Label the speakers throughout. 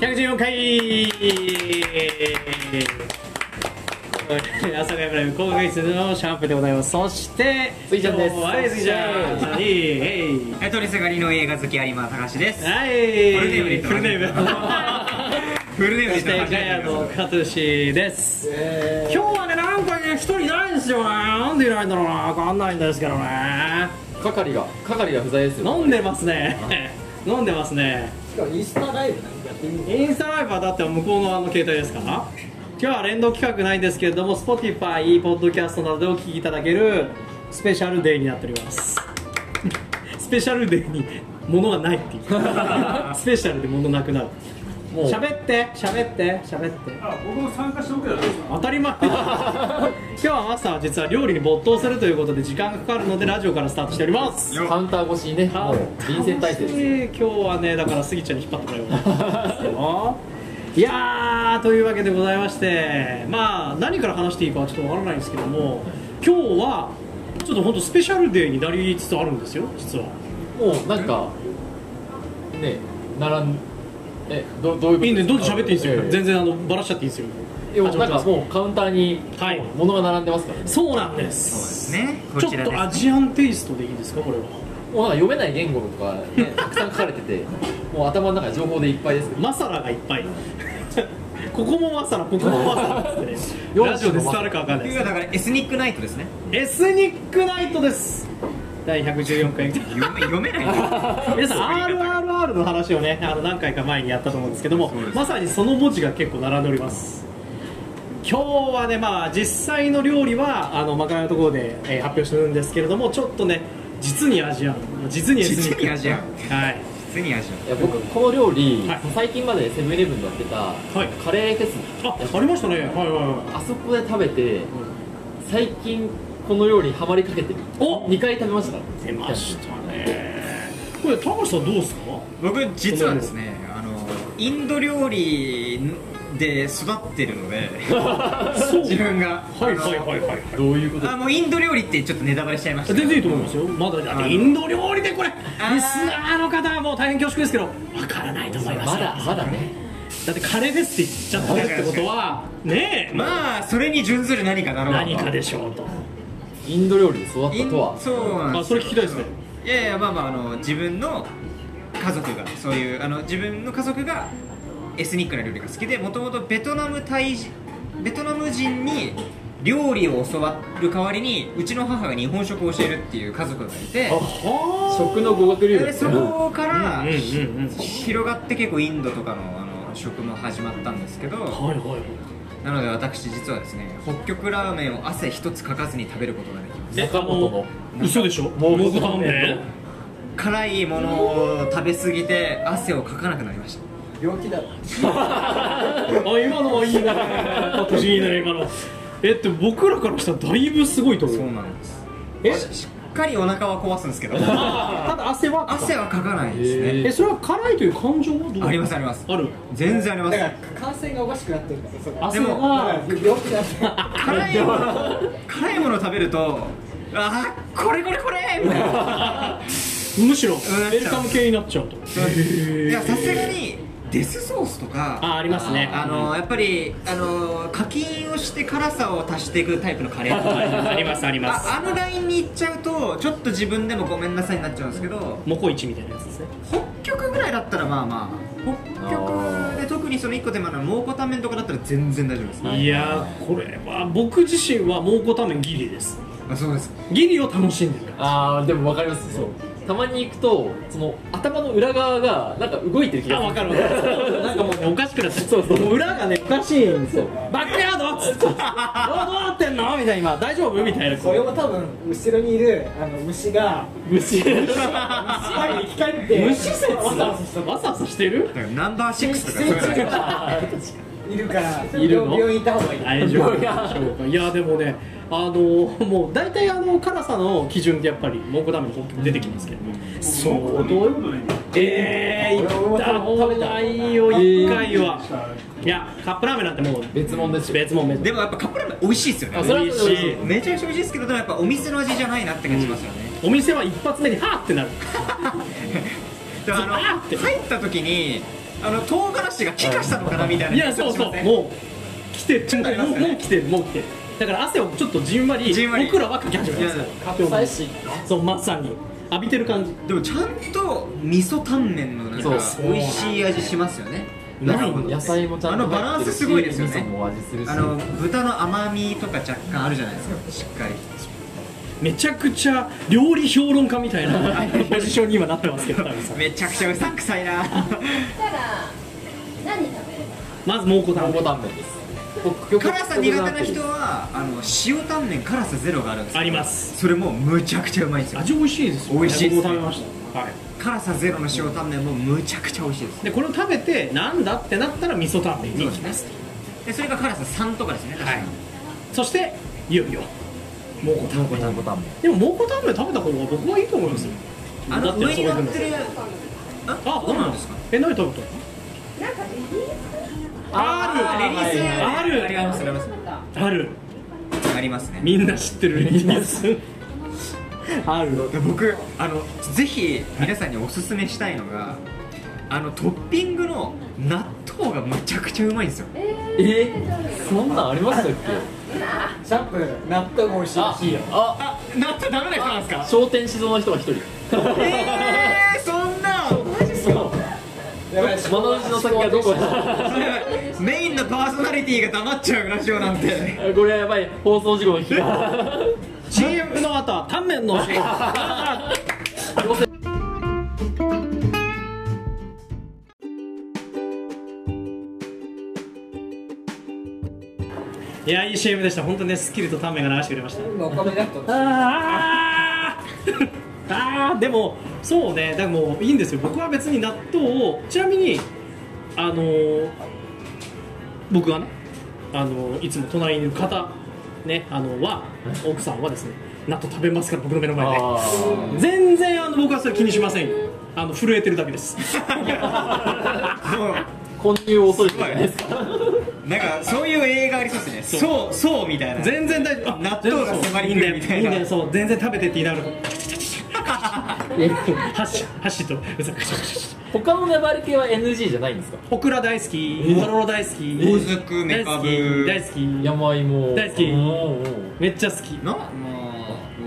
Speaker 1: 164回阿佐ヶ谷プライム神戸室のシャンプーでございますそして
Speaker 2: スイちゃんです
Speaker 1: 今日ははいスイちゃんはいえい
Speaker 3: え取りすがりの映画好き有馬隆です。
Speaker 1: はい
Speaker 3: フルネームで言った
Speaker 1: フルネーム
Speaker 3: フルネーム
Speaker 1: そし
Speaker 3: で言
Speaker 1: て
Speaker 3: っ
Speaker 1: ガヤ
Speaker 3: た
Speaker 1: のカトシです
Speaker 2: え
Speaker 1: 今日はねなんかね一人いないんですよねなんでいないんだろうなわかんないんですけどね
Speaker 2: ー係が係が不在ですよ
Speaker 1: 飲んでますね飲んでますね
Speaker 4: しかもインスタライブなんかやってみる
Speaker 1: インスタライブはだって向こうのあの携帯ですから今日は連動企画ないんですけれども Spotify、Podcast などでお聞きいただけるスペシャルデーになっております スペシャルデーに物がない っていうスペシャルで物なくなる
Speaker 2: もう
Speaker 1: 喋って喋って喋って
Speaker 5: あ、僕も参加しておけばいいですか
Speaker 1: 当たり 前今日はマスターは実は料理に没頭するということで時間がかかるのでラジオからスタートしております
Speaker 2: カウンター越しにねもう臨戦態勢ですよ
Speaker 1: 今日はねだからスギちゃんに引っ張ってもらいますよ いやーというわけでございましてまあ何から話していいかはちょっとわからないんですけども今日はちょっと本当スペシャルデーになりつつあるんですよ実は
Speaker 2: もうなんかね並んえどどういうこと
Speaker 1: いいんでどんどん喋っていいんですよ、
Speaker 2: ええ
Speaker 1: 全然あのバラしちゃっていいんですよ
Speaker 2: でも
Speaker 1: 始ま
Speaker 2: な
Speaker 1: っ
Speaker 2: ん
Speaker 1: てま
Speaker 2: か
Speaker 1: す
Speaker 2: もうカウンターに
Speaker 1: はい
Speaker 2: 物が並んでますからね
Speaker 1: そうなんです
Speaker 3: そうですねこ
Speaker 1: ちょっ
Speaker 3: ちらです
Speaker 1: とアジアンテイストでいいですかこれは
Speaker 2: もうなんか読めない言語とか、 ね、たくさん書かれててもう頭の中で情報でいっぱいですよ
Speaker 1: マサラがいっぱい ここもマサラここもマサラ ですねラジオで伝わるかわかんないです
Speaker 3: だからエスニックナイトですね。
Speaker 1: エスニックナイトです第114回
Speaker 3: 読め読めない。
Speaker 1: 皆さん RRR の話をねあの何回か前にやったと思うんですけども
Speaker 3: そうです
Speaker 1: まさにその文字が結構並んでおります今日はねまあ実際の料理はあのまかないのところで、えー発表するんですけれどもちょっとね実にアジアン実にエスニック
Speaker 3: 実にアジアン
Speaker 1: はい
Speaker 3: 普通に味
Speaker 2: いや僕この料理、
Speaker 1: はい
Speaker 2: 最近までセブンイレブンでやってた、
Speaker 1: い
Speaker 2: カレーフェス
Speaker 1: あありましたねはいはいは
Speaker 2: あそこで食べて最近この料理ハマりかけてる
Speaker 1: お
Speaker 2: 2回食べました
Speaker 1: い出ましたねこれ高橋さんどうです か
Speaker 3: 僕実はですねあのインド料理で育ってる ので
Speaker 1: そう
Speaker 3: 自分が
Speaker 1: はいはいはいはい
Speaker 2: どういうこと
Speaker 3: あもうインド料理ってちょっとネタバレしちゃいましたけ
Speaker 1: 全
Speaker 3: ど。
Speaker 1: 然いいと思いますよ、まだだっ
Speaker 3: あの
Speaker 1: てインド料理でこれ、リ
Speaker 3: ー
Speaker 1: スナーの方はもう大変恐縮ですけど、わからないと思いますよ
Speaker 2: まだまだね
Speaker 1: だってカレーですって言っちゃってるってことは、ねえ、
Speaker 3: まあそれに準ずる何かだろうなと
Speaker 1: 何かでしょうと、
Speaker 2: インド料理で育っ
Speaker 3: イ
Speaker 2: た
Speaker 3: ン
Speaker 2: とは
Speaker 3: そうなんですよ
Speaker 1: あそれ聞きたいですね
Speaker 3: いやいやまあまああの自分の家族がそういうあの自分の家族がエスニックな料理が好きでもともとベトナムタイ人ベトナム人に料理を教わる代わりにうちの母が日本食を教えるっていう家族がいて
Speaker 1: は
Speaker 2: 食の語学留
Speaker 3: で
Speaker 2: 学
Speaker 3: そこか
Speaker 1: あ、
Speaker 3: ら
Speaker 1: うんうんうん、
Speaker 3: 広がって結構インドとかのあの食も始まったんですけど
Speaker 1: はいはい、
Speaker 3: なので私実はですね北極ラーメンを汗一つかかずに食べることができます
Speaker 1: え
Speaker 2: 中本の
Speaker 1: あの嘘でしょ、
Speaker 2: 蒙古
Speaker 1: タ
Speaker 2: タ
Speaker 1: ン
Speaker 2: ン
Speaker 1: メ
Speaker 2: メン
Speaker 1: ン
Speaker 3: 辛いものを食べ過ぎて汗をかかなくなりました
Speaker 4: 病気だろ
Speaker 1: あ今のはいいな、あ年いいね、今の、えって、僕らからしたらだいぶすごいと
Speaker 3: そう
Speaker 1: 思う、
Speaker 3: なんです
Speaker 1: え
Speaker 3: ししっかりお腹は壊すんです けど
Speaker 1: ただ汗は、
Speaker 3: 汗はかかないですね、
Speaker 2: へ
Speaker 1: えそれは辛いという感情はどう
Speaker 3: ありますあります
Speaker 1: ある
Speaker 3: 全然ありま
Speaker 4: だか
Speaker 3: す
Speaker 4: ら感染がおかしくなってるからそこだか
Speaker 1: 汗
Speaker 3: でも
Speaker 1: は
Speaker 4: ら病気だって
Speaker 3: 辛いもの辛いものを食べるとあーこれこ れこれみたいな
Speaker 1: むしろウ
Speaker 3: ん
Speaker 1: ェルカム系になっちゃうと
Speaker 3: いやさすがにデスソースとか
Speaker 1: あありますね
Speaker 3: あのやっぱりあの課金をして辛さを足していくタイプのカレーと か
Speaker 1: ありますあります
Speaker 3: ああのラインに行っちゃうとちょっと自分でもごめんなさいになっちゃうんですけど
Speaker 1: モコイチみたいなやつですね
Speaker 3: 北極ぐらいだったらまあまあ北極で特にその1個手間の蒙古タンメンとかだったら全然大丈夫です、
Speaker 1: いやーこれは僕自身は蒙古タンメンギリです
Speaker 3: あそうです
Speaker 1: ギリを楽しんでるから
Speaker 2: あーでも分かりますそうたまに行くとその頭の裏側がなんか動いてる気が
Speaker 1: あ、
Speaker 2: する
Speaker 1: わかるわかる なんかもうねおかしくなって
Speaker 2: そうそう
Speaker 1: も裏がねおかしいんですよ
Speaker 2: そう
Speaker 1: バックヤードっつ ってどうどうなってんのみたいな今大丈夫みたいな
Speaker 4: これも多分後ろにいるあの虫が
Speaker 2: 虫
Speaker 4: 光に光って
Speaker 1: 無施設
Speaker 4: わさわさし
Speaker 1: わさわさしてる
Speaker 3: だからナンバー6とかそう
Speaker 4: て
Speaker 3: いう
Speaker 4: る
Speaker 3: の
Speaker 4: 虫がいるから
Speaker 1: いるの
Speaker 4: 病院行った方がいい
Speaker 1: 大丈夫でしょうかいやでもねあのもう大体あの辛さの基準ってやっぱり蒙古タンメンの本気出てきますけど相当よええー、行った方がいいよ一回は、いやカップラーメンなんてもう
Speaker 2: 別物ですよ
Speaker 1: 別物別
Speaker 3: でもやっぱカップラーメン美味しいですよ
Speaker 2: あ
Speaker 3: ね
Speaker 2: それは
Speaker 1: 美味しい
Speaker 3: めちゃくちゃ美味しいですけどでもやっぱお店の味じゃないなって感じしますよね、
Speaker 1: お店は一発目にハーってなる
Speaker 3: だからあの
Speaker 1: ズバーって
Speaker 3: 入った時にあの唐辛子が気化したのかなみたいない
Speaker 1: やそうそうもう来てる
Speaker 3: とありま
Speaker 1: も
Speaker 3: す
Speaker 1: う
Speaker 3: ね
Speaker 1: もう来てるもう来てるだから汗をちょっとじんわり
Speaker 3: じんわり
Speaker 1: 僕らはかき始めます
Speaker 3: いや
Speaker 2: カプサイシン
Speaker 1: そうまさに浴びてる感じ
Speaker 3: でもちゃんと味噌タンメンのなんか
Speaker 2: そう
Speaker 3: 美味しい味しますよね
Speaker 1: うまい
Speaker 3: なるほど
Speaker 2: 野菜もちゃん
Speaker 3: あ
Speaker 2: と
Speaker 3: のバランスすご
Speaker 2: 入っ
Speaker 3: い
Speaker 2: て
Speaker 3: で
Speaker 2: るし
Speaker 3: すよね
Speaker 2: 味噌も味するし
Speaker 3: あの豚の甘みとか若干あるじゃないですかしっかり
Speaker 1: めちゃくちゃ料理評論家みたいな ポジションに今なってますけど多分さん
Speaker 3: めちゃくちゃうさんくさいな
Speaker 6: たら何食べる
Speaker 1: まず蒙古タンメン
Speaker 2: 蒙古タンメンです
Speaker 3: 辛さ苦手な人はあの塩タンメン辛さゼロがあるんですよ
Speaker 1: あります
Speaker 3: それもむちゃくちゃうまいんですよ
Speaker 1: 味美味しいですよね
Speaker 3: 美味しいです
Speaker 1: 僕も食べましたはい
Speaker 3: 辛さゼロの塩タンメンもむちゃくちゃ美味しいです
Speaker 1: でこれを食べてなんだってなったら味噌タンメンに行きます
Speaker 3: でそれが辛さ3とかですね確かに、
Speaker 1: そしていよいよ蒙古タンメン
Speaker 2: 蒙古タンメン
Speaker 1: でも蒙古タンメン食べた方が僕はいいと思いますよ
Speaker 3: あの上に乗ってるあ
Speaker 1: あ
Speaker 3: そうなんですか
Speaker 1: え何食べたの
Speaker 6: なんかレディー
Speaker 1: あ
Speaker 3: レディース
Speaker 1: ある
Speaker 3: ありますあります
Speaker 1: るある
Speaker 3: ありますね
Speaker 1: みんな知ってるレディースある
Speaker 3: 僕あのぜひ皆さんにおすすめしたいのがあのトッピングの納豆がむちゃくちゃうまいんですよ
Speaker 2: えそんなんありましたっけ
Speaker 4: シャンプー納豆が美味しいらしいよ
Speaker 2: あ
Speaker 3: あ納豆ダメな人なんですか
Speaker 2: 商店指導の人が一人
Speaker 3: えー、 そんな
Speaker 2: そう
Speaker 4: やばい
Speaker 2: 物打ちの先がどこ
Speaker 3: メインのパーソナリティが黙っちゃうラジオなんて
Speaker 2: これはやばい放送事故の日
Speaker 1: CM の後はタンメンの CM いやいい CM でした本当にねスッキリとタンメンが流してくれました
Speaker 4: 今お米納豆
Speaker 1: あーあーでもそうねだからもういいんですよ僕は別に納豆をちなみにあのー僕がねあのーいつも隣にいる方ねあのは奥さんはですね納豆食べますから僕の目の前で
Speaker 2: あー
Speaker 1: 全然あの僕はそれ気にしませんよあの震えてるだけです
Speaker 3: も
Speaker 2: 混入を恐れてるじゃないですか
Speaker 3: うなんかそういう映画ありそうですねそうそうみたいな
Speaker 1: 全然大丈夫
Speaker 3: 納豆が迫り来るみたいな
Speaker 1: 全然そういいんだよいいんだよそう全然食べてって言いながらハッシュハッシュとうざくしゃくしゃくしゃ
Speaker 2: 他の粘り系は NG じゃないんですか
Speaker 1: オクラ大好き、
Speaker 2: え
Speaker 1: とろろ大好き、
Speaker 3: 大ずくめかぶ
Speaker 1: 大好き、大好き、
Speaker 2: 山芋
Speaker 1: 大好き
Speaker 2: うんうんうん
Speaker 1: めっちゃ好き。
Speaker 3: なも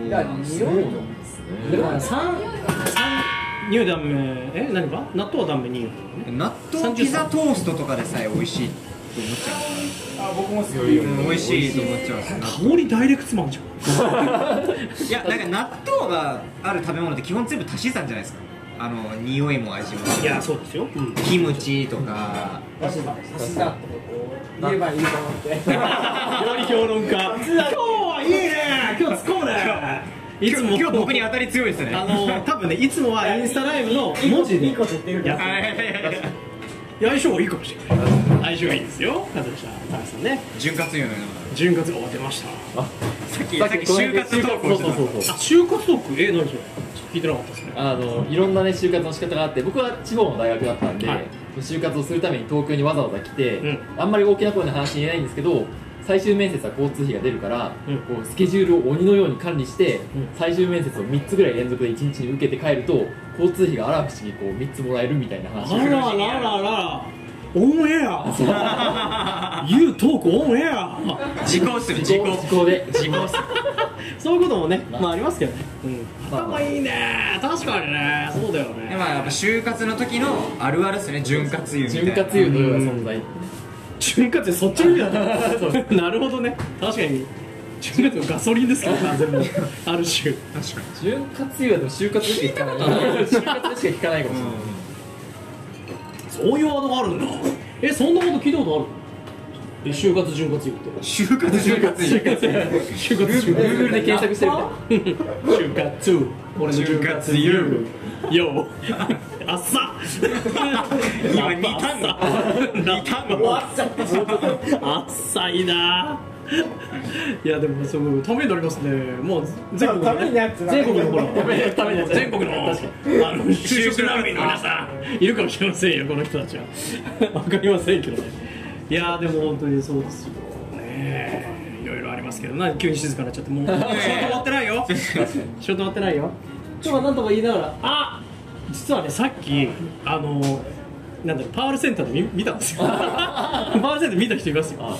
Speaker 3: う
Speaker 4: いや
Speaker 2: そう
Speaker 4: 匂い
Speaker 2: な
Speaker 4: と
Speaker 2: んです
Speaker 1: で
Speaker 2: ね
Speaker 1: も三三乳ダメえ何か納豆はダメ乳。
Speaker 3: 納豆ピザトーストとかでさえ美味しいと思っちゃ
Speaker 4: あ僕も好き
Speaker 2: いやいや
Speaker 3: う、うん、美味しいと思っちゃうんですよ
Speaker 1: 香りダイレクトマンじゃ
Speaker 3: いやなんか納豆がある食べ物って基本全部足し算じゃないですかあの匂いも味も
Speaker 1: ん。いやそうです よ。うん
Speaker 3: キムチとか
Speaker 4: 足し算足し算ってことを言えばいいと思って
Speaker 1: 料理評論家。今日はいいね。今日突っ込むね。いつ
Speaker 3: 今
Speaker 1: も
Speaker 3: 日今日僕に当たり強いですね
Speaker 1: あ の多分ねいつもはインスタライブの文字
Speaker 4: い
Speaker 1: で
Speaker 4: いこと言ってるから
Speaker 1: や
Speaker 3: はいはいはいはい
Speaker 1: いや相性いいかもしれない。相性いいですよ。カズレーザー田中さんね。
Speaker 3: 潤滑油のよう
Speaker 1: 潤滑終わってました。
Speaker 3: なさっき
Speaker 2: さ
Speaker 3: さ
Speaker 2: っ
Speaker 3: っ
Speaker 2: き
Speaker 3: き
Speaker 2: 就
Speaker 3: 就
Speaker 2: 活
Speaker 3: 活
Speaker 2: ト
Speaker 3: 投
Speaker 2: ーク
Speaker 3: 稿してた
Speaker 2: そう
Speaker 1: あ就活トークえ何それ。聞いてなかったですね。
Speaker 2: あのいろんなね就活の仕方があって僕は地方の大学だったんで、
Speaker 1: はい
Speaker 2: 就活をするために東京にわざわざ来て、
Speaker 1: うん
Speaker 2: あんまり大きな声の話言えないんですけど最終面接は交通費が出るから、
Speaker 1: うん
Speaker 2: こうスケジュールを鬼のように管理して、
Speaker 1: ん
Speaker 2: 最終面接を3つぐらい連続で1日に受けて帰ると交通費があら不思議こう3つもらえるみたいな話
Speaker 1: あららららオンエア You talk オンエア
Speaker 3: 自己する自己
Speaker 2: 時効で時効
Speaker 1: そういうこともね、まあありますけどね、うん、
Speaker 2: まあまあ
Speaker 1: 頭いいね確かにねそうだよ
Speaker 3: で
Speaker 1: ね
Speaker 3: まあやっぱ就活の時のあるあるですね潤滑油みたい
Speaker 2: 潤
Speaker 3: な
Speaker 2: 滑油のような存在、
Speaker 1: 潤滑油 そっちの意味だったなるほどね確かに潤滑油ガソリンですから完 全にある種
Speaker 3: 確か
Speaker 2: 潤滑油はでも就活でしか聞かない就活でしか聞かないかもしれない、
Speaker 1: そういうワードがあるんだえそんなこと聞いたことあるえ就活潤滑油って
Speaker 3: に就活潤滑油
Speaker 1: 活就活
Speaker 2: グ
Speaker 1: 潤
Speaker 2: ーグ
Speaker 1: 滑
Speaker 2: ルで検索してるみたい
Speaker 1: 就活俺の就活 You よ あっさ
Speaker 3: 今二タン
Speaker 1: 二タンもあっさ あっさいないやでもすごいためになりますねもう全国の
Speaker 4: ためになってた
Speaker 1: 全国のほら
Speaker 4: た
Speaker 2: ためになってた
Speaker 1: 全国の
Speaker 2: 確
Speaker 1: あの就職難民の皆さんいるかもしれませんよこの人たちはわかりませんけどねいやでも本当にそうですよねいろいろありますけどな急に静かになっちゃってもう仕事終わってないよ仕事終わってないよ今日は何とか言いながらあ実はねさっきあのなんだろうパールセンターで見見たんです よパールセンターで見た人いますよ
Speaker 2: あ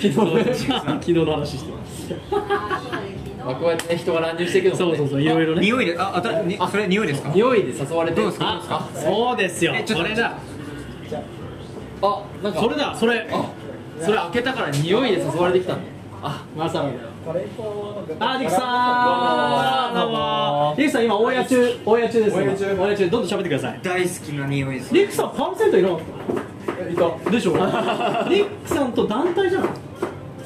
Speaker 1: 昨日昨日の話してます
Speaker 6: あーそうです昨日
Speaker 2: まあ、こうやってね人が乱入していくの
Speaker 1: そ
Speaker 2: も、
Speaker 1: う
Speaker 2: ね、
Speaker 1: そうそういろいろね
Speaker 3: 匂いでああたにそれ匂いですか
Speaker 2: 匂いで誘われて
Speaker 3: どうですかどうです
Speaker 2: あ
Speaker 1: そうですよ
Speaker 3: えちょっ
Speaker 1: そ
Speaker 3: と
Speaker 1: れだ
Speaker 2: ああなんか
Speaker 1: それだそれ
Speaker 2: あそれ開けたから匂いで誘われてきたんだあ
Speaker 1: まさに
Speaker 4: これ以降
Speaker 1: あー、デキさん
Speaker 2: どう
Speaker 1: どう
Speaker 2: も
Speaker 1: もデキさん今オンエア中オンエア中です
Speaker 4: オンエア中
Speaker 1: オンエア中どんどん喋ってください
Speaker 3: 大好きな匂いです
Speaker 1: デキさんパールセンターいなかっ
Speaker 4: えっと
Speaker 1: たでし ょデキさんと団体じゃん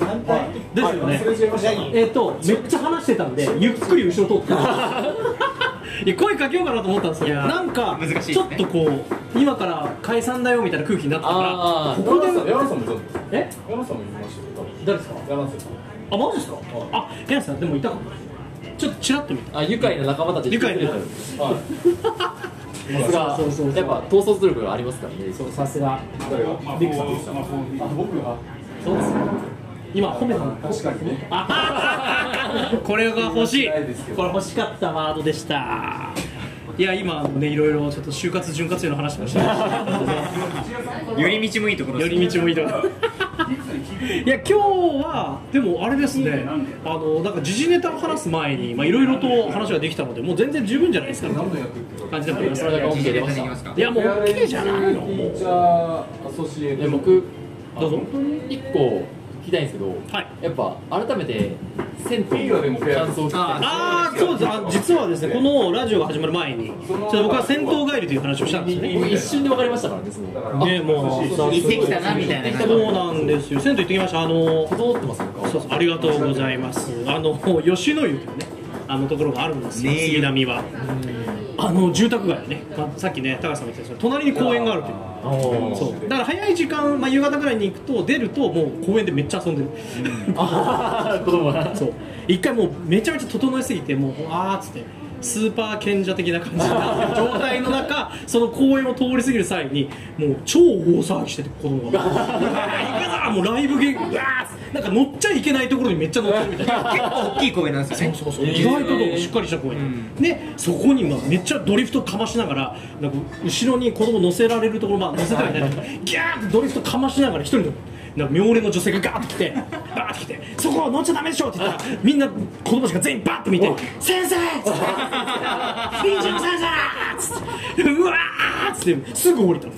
Speaker 4: 反対
Speaker 1: ですよね
Speaker 4: 忘れちゃいました
Speaker 1: えっとめっちゃ話してたんでゆっくり後ろ通って いや声かけようかなと思ったんですけど
Speaker 3: いやー
Speaker 1: なんか
Speaker 3: 難しいですね
Speaker 1: ちょっとこう今から解散だよみたいな空気になったか
Speaker 2: あ
Speaker 1: こ
Speaker 2: ー
Speaker 1: こで
Speaker 4: ヤラさんもちょっと
Speaker 1: らえ
Speaker 4: ヤラさんも言いましたよ
Speaker 1: 誰ですか
Speaker 4: ヤラさん
Speaker 1: あマジですかあヘラさんでもいたかもちょっとチラッと見た
Speaker 2: あ愉快な仲間たち
Speaker 1: 愉快な
Speaker 2: さ
Speaker 4: はい
Speaker 2: すが
Speaker 1: そうそうそう
Speaker 2: やっぱ統率力がありますからね
Speaker 1: そうさすが
Speaker 4: 誰が
Speaker 5: 魔
Speaker 1: ビクさんビク
Speaker 5: 法魔法
Speaker 4: あ僕が
Speaker 1: そうですよ今褒めたの
Speaker 4: 確かにね
Speaker 1: あこれが欲しい
Speaker 4: ないですけど
Speaker 1: これ欲しかったワードでしたいや今ねいろいろちょっと就活潤滑油の話もしてました
Speaker 3: 寄り道もいいところ
Speaker 1: 寄り道もいいとかいや今日はでもあれですねあのなんか時事ネタを話す前にまあいろいろと話ができたのでもう全然十分じゃないですかみたい
Speaker 4: 何の役ってこ
Speaker 1: な
Speaker 4: と
Speaker 1: 感じでもあります
Speaker 2: それだけ OK 出
Speaker 3: い
Speaker 2: ました
Speaker 3: きますか
Speaker 1: いやもう OK じゃないの
Speaker 4: テ
Speaker 1: も
Speaker 4: ィーチャ
Speaker 1: う
Speaker 4: ーアソシエー
Speaker 2: で
Speaker 4: ト
Speaker 2: 僕
Speaker 1: どうぞ
Speaker 2: あの一個聞きたいんですけど、
Speaker 1: はい
Speaker 2: やっぱ改めて銭
Speaker 4: い
Speaker 2: 湯
Speaker 4: いよでも
Speaker 2: の感想を聞きたいです
Speaker 1: ああそうですあ実はですねこのラジオが始まる前にちょっと僕は戦闘帰りという話をしたんですよね
Speaker 2: 僕一瞬で分かりましたからねその
Speaker 4: だから
Speaker 1: ねもうさ
Speaker 3: 行ってきたなみたいな感じ
Speaker 1: そうなんですよ銭湯行ってきましたあの
Speaker 2: 整ってますなんか
Speaker 1: そうそうありがとうございますあの吉野湯というねあのところがあるんですよ、
Speaker 3: ねえ
Speaker 1: 杉並はあの住宅街ね、まあ、さっきね高橋さんも言ってたんですけど隣に公園があるという
Speaker 2: あー
Speaker 1: そうだから早い時間、まあ、夕方ぐらいに行くと出るともう公園でめっちゃ遊んでる、
Speaker 2: あー子供が
Speaker 1: そう一回もうめちゃめちゃ整えすぎてもうわーっつってスーパー賢者的な感じ な状態の中その公園を通り過ぎる際にもう超大騒ぎしてて子供 が「うわーいくぞーもうライブゲームうわーなんか乗っちゃいけないところにめっちゃ乗ってるみたいな。
Speaker 3: 結構大きい公園なんですよね
Speaker 1: そうそう
Speaker 2: えー
Speaker 1: 意外とでもしっかりした公園で、そこにまあめっちゃドリフトかましながらなんか後ろに子供乗せられるところまあ乗せたりないギャーってドリフトかましながら一人のなんか妙齢の女性がガーッと来てバーッと来てそこは乗っちゃダメでしょって言ったらみんな子供たちが全員バーッと見て「先生!」っつって「臨時の先生!」っつって「うわ!」っつってすぐ降りたの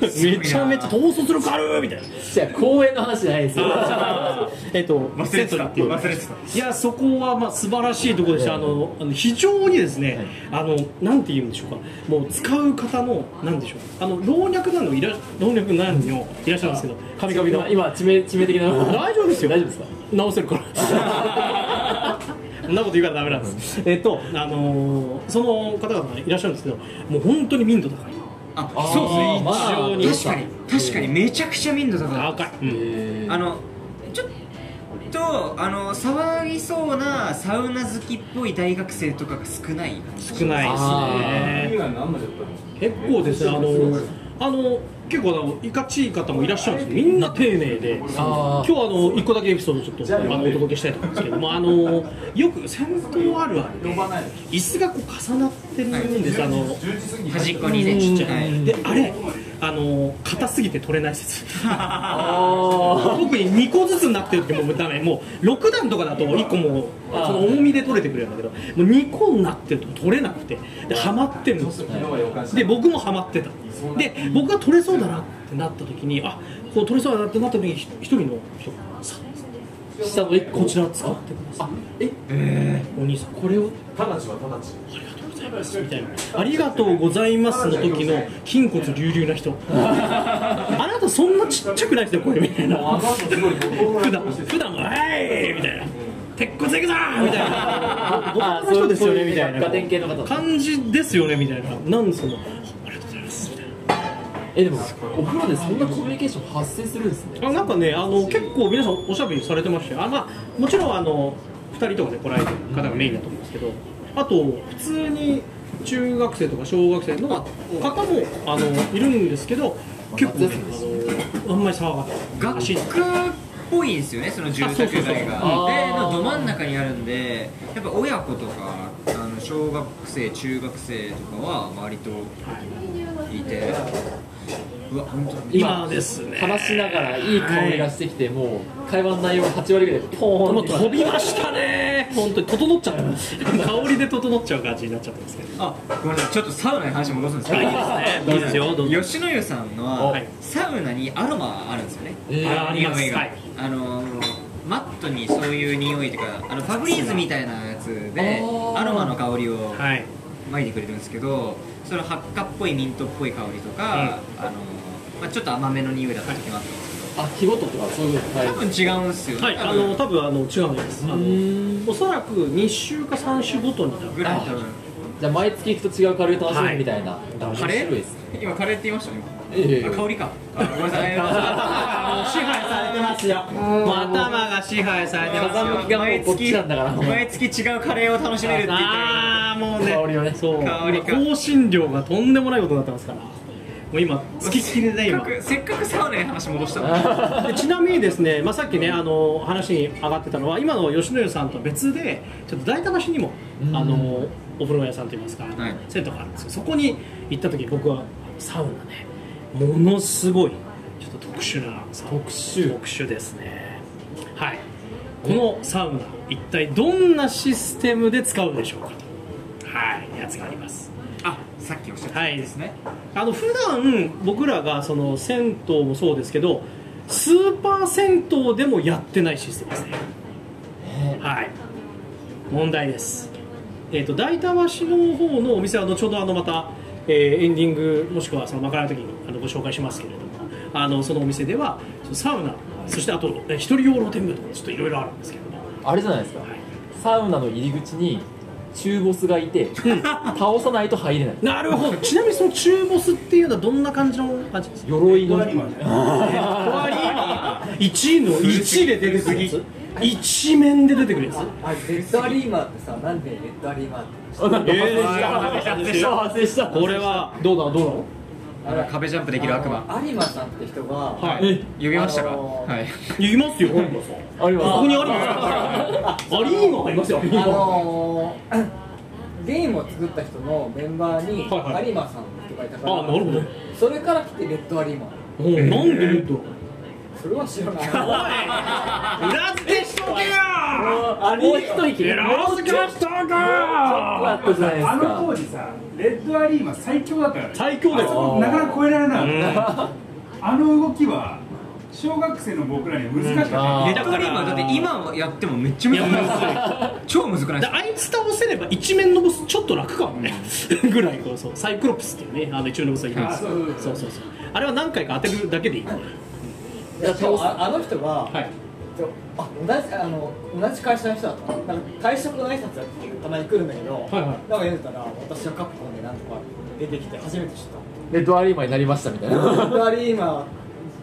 Speaker 1: めちゃめちゃ統率力あるーみたいな
Speaker 2: じゃあ公園の話じゃないですよ
Speaker 1: えっと
Speaker 3: 忘れてた
Speaker 1: セントリーっていう
Speaker 3: 忘れてた
Speaker 1: いやそこはまあ素晴らしいところでした、
Speaker 2: ええ
Speaker 1: あのあの非常にですね、あのなんて言うんでしょうかもう使う方のなんでしょうあの老若男女いら老若男女いらっしゃるんですけど神々の
Speaker 2: 今今致命致命的な
Speaker 1: 大丈夫ですよ
Speaker 2: 大丈夫ですか
Speaker 1: 直せるから そんなこと言うからダメなんですえっとあのーその方々がいらっしゃるんですけどもう本当に民度高い
Speaker 3: あそうですね
Speaker 2: まあ
Speaker 1: 非常に
Speaker 3: 確かに確かにめちゃくちゃ民度高かった
Speaker 1: 高い、うん
Speaker 2: えー
Speaker 3: あのちょっとあの騒ぎそうなサウナ好きっぽい大学生とかが少ない
Speaker 1: 少ないですね
Speaker 4: 以外何の役だったんですか
Speaker 1: 結構ですね、あのあの結構あのいかちい方もいらっしゃるんですけど、みんな丁寧で、今
Speaker 2: あ
Speaker 1: 日はあの一個だけエピソードちょっとあのお届けしたいと思うんですけども、あのよく銭湯あるあるで、椅子がこう重なってるんです、あの
Speaker 4: 10時過ぎに
Speaker 3: 端っこにね
Speaker 1: ちっち
Speaker 3: は
Speaker 1: ゃい、
Speaker 3: い
Speaker 1: であれあの硬すぎて取れない説。
Speaker 2: あ
Speaker 1: 特に2個ずつになってる時もうダメもう6段とかだと1個もうその重みで取れてくれるんだけどもう2個になってると取れなくてでハマってるんですよで僕もハマってたで僕が取れそうだなってなった時にあこう取れそうだなってなった時にひ一人の人がさ
Speaker 2: ー下の一個
Speaker 1: こちら使ってくださいえお兄さんこれを
Speaker 4: 直ちは直ち
Speaker 1: ありがとうございますみたいな「ありがとうございます」の時の筋骨隆々な人あなたそんなちっちゃくないですよこれみたいな
Speaker 4: あの後すごい心の
Speaker 1: 普段普段も「はい!」みたいな「鉄骨行くぞ!」みたいな「僕
Speaker 2: あ
Speaker 1: の人ですよね」
Speaker 2: そういう
Speaker 1: みたいな
Speaker 2: 百貨店系の方
Speaker 1: 感じですよねみたいななんでその「ありがとうございます」みたい
Speaker 2: えでもお風呂でそんなコミュニケーション発生するんですね
Speaker 1: なあなんかねあの結構皆さんおしゃべりされてましたよあまあもちろんあの2人とかで来られてる方がメインだと思うんですけどあと普通に中学生とか小学生の方もあのいるんですけど結構ねあのあんまり騒がない
Speaker 3: 学
Speaker 1: 走って
Speaker 3: 科ぽいんですよねその住宅
Speaker 1: あそうそうそう
Speaker 3: 街が
Speaker 2: あ
Speaker 3: で
Speaker 2: ー
Speaker 3: のど真ん中にあるんでやっぱ親子とかあの小学生中学生とかは割といてうわ本当に
Speaker 1: 今ですね
Speaker 2: 話しながらいい香りがしてきて、もう会話の内容が8割ぐらいでポーン
Speaker 1: も
Speaker 2: っ
Speaker 1: う
Speaker 2: て
Speaker 1: 飛びましたね本当に整っちゃった香りで整っちゃう感じになっちゃったんですけど
Speaker 3: あごめんなさいちょっとサウナに話戻すんですけど
Speaker 1: あいいですねいいですよどうぞ
Speaker 3: 吉野湯さんの
Speaker 1: は
Speaker 3: はいサウナにアロマあるんですよね
Speaker 2: えー
Speaker 1: あります
Speaker 3: 匂いが
Speaker 1: はい
Speaker 3: あのマットにそういう匂いとかあのファブリーズみたいなやつで
Speaker 2: あー
Speaker 3: アロマの香りを
Speaker 1: はい
Speaker 3: 巻いてくれるんですけどその発火っぽいミントっぽい香りとか、あのまあ、ちょっと甘めの匂いだった時もあったんです
Speaker 2: あ日ごととかそういうこ
Speaker 3: けど
Speaker 2: と大
Speaker 3: 多分違うんですよね、
Speaker 1: はいあ
Speaker 3: 多
Speaker 1: の
Speaker 3: 分
Speaker 1: 多分あの違うんですあのおそらく2週か3週ごとに多分
Speaker 3: ぐらい多分
Speaker 2: じゃあ毎月行くと違うカレー楽しむみたいな、
Speaker 3: カレ
Speaker 2: 面白いですね
Speaker 3: ー今カレーって言いましたね
Speaker 2: いやいやい
Speaker 3: 今
Speaker 2: や
Speaker 3: あ香りかあごめんなさいあの支配されてますよもう頭が支配されてますよ
Speaker 2: 風向きがもうこっちなんだから
Speaker 3: 毎月毎月違うカレーを楽しめるって言ってるから
Speaker 1: ああもうね
Speaker 2: 香りをね
Speaker 1: そう
Speaker 3: 香りか
Speaker 1: 今更新料がとんでもないことになってますからもう今つきっきりでね
Speaker 3: せっ
Speaker 1: 今
Speaker 3: かくせっかくサウナに話戻したのに
Speaker 1: でちなみにですね、まあ、さっきねあの話に上がってたのは今の吉野家さんとは別でちょっと大田橋にも、
Speaker 2: うん
Speaker 1: あのお風呂屋さんといいますか、
Speaker 3: はい
Speaker 1: 銭湯があるんですけどそこに行った時僕はサウナねものすごいちょっと特殊なサウナ
Speaker 2: 特殊
Speaker 1: 特殊ですねはいこのサウナ一体どんなシステムで使うでしょうかとはいやつがあります
Speaker 3: あさっきおっしゃった
Speaker 1: はい
Speaker 3: ですね
Speaker 1: あの普段僕らがその銭湯もそうですけどスーパー銭湯でもやってないシステムですね
Speaker 2: え
Speaker 1: はい問題ですえっ、と大田橋の方のお店は後ほどあのまた、えーエンディングもしくはそのまかないの時にあのご紹介しますけれどもあのそのお店ではそのサウナそしてあとえー一人用露天風呂とかちょっといろいろあるんですけれども、
Speaker 2: ーあれじゃないですか
Speaker 1: はい
Speaker 2: サウナの入り口に中ボスがいて倒さないと入れない
Speaker 1: なるほどちなみにその中ボスっていうのはどんな感じの味ですか
Speaker 2: 鎧の
Speaker 1: 1位の1で出てくるやつ一面で出てくるやつ
Speaker 4: あレッドアリーマーってさなんでレッドアリーマーって
Speaker 2: あなんか
Speaker 1: えー
Speaker 2: 発生した発生した
Speaker 1: これはどうなのどうなの
Speaker 3: あの壁ジャンプできる悪魔
Speaker 4: 有馬さんって人が、
Speaker 1: は
Speaker 2: え
Speaker 3: 呼びましたか
Speaker 4: あのー
Speaker 3: はい
Speaker 1: いますよこ
Speaker 2: あります
Speaker 1: こにありますよありーのがいますよ
Speaker 4: あのー、ゲームを作った人のメンバーに
Speaker 1: はいはい
Speaker 4: 有馬さんって人がいた
Speaker 1: あ
Speaker 4: から、
Speaker 1: なるほど
Speaker 4: それから来てレッドアリーマー
Speaker 1: おうなんでレッドおい
Speaker 4: それは知らない
Speaker 1: 裏付けしとけよ
Speaker 2: あもう一人切れる
Speaker 1: 裏付けしとけよ
Speaker 2: ったじゃないですか
Speaker 5: あの当時さレッドアリーマ最強だったからね
Speaker 1: 最強だ
Speaker 5: あそ
Speaker 1: よ
Speaker 5: こなかなか超えられなかったあの動きは小学生の僕らには難しかった
Speaker 2: うん
Speaker 5: ね
Speaker 3: レッドアリーマーだって今やってもめっちゃむずい
Speaker 1: いや
Speaker 3: 超むずくない
Speaker 1: で
Speaker 3: ですか
Speaker 1: あいつ倒せれば一面のボスちょっと楽かもね ぐらいこうそうサイクロプスっていうねあの一面のボスがいるんですよ
Speaker 5: あ
Speaker 1: そうそうそうあれは何回か当てるだけでいいんだよ
Speaker 4: いやでもああの人が、
Speaker 1: はい
Speaker 4: あ同じあの同じ会社の人だったのなんか退職の挨拶やってるたまに来るんだけど、
Speaker 1: いは
Speaker 4: なんか言うたら私はカプコンでなんとか出てきて初めて知った
Speaker 2: レッドアリーマーになりましたみたい な
Speaker 4: 本当に今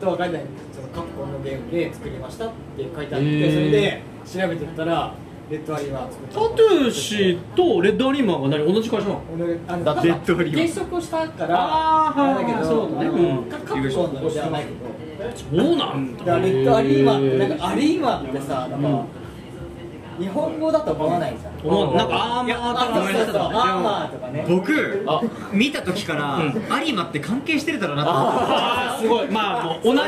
Speaker 4: とわかんないそのカプコンのゲームで作りましたって書いてあって、
Speaker 2: へー
Speaker 4: それで調べてったらレッドアリーマー作った
Speaker 1: タトゥー氏とレッドアリーマーが何同じ会社なの
Speaker 4: 俺あの
Speaker 2: だって
Speaker 4: レッドアリーマー転職をしたから
Speaker 1: あーはいはい
Speaker 4: れだけど
Speaker 1: そうだね
Speaker 4: あの
Speaker 1: うん
Speaker 4: カカプコンのじゃないけど
Speaker 1: そうなん
Speaker 4: だか
Speaker 1: だ
Speaker 4: らレッドアリーマーってなんかアリーマーってさなんか、日本語だと思わないじゃん
Speaker 1: おなんかアーマー
Speaker 4: あ
Speaker 1: か
Speaker 4: そ
Speaker 1: ら
Speaker 4: う
Speaker 1: 生ま
Speaker 4: そ
Speaker 1: れて
Speaker 4: うそ
Speaker 1: た
Speaker 4: うん
Speaker 1: だ
Speaker 4: アーマーとかね
Speaker 3: 僕
Speaker 2: あ
Speaker 3: 見た時から有馬って関係してるだろうなと思って
Speaker 1: あーすごいまあもう同じ同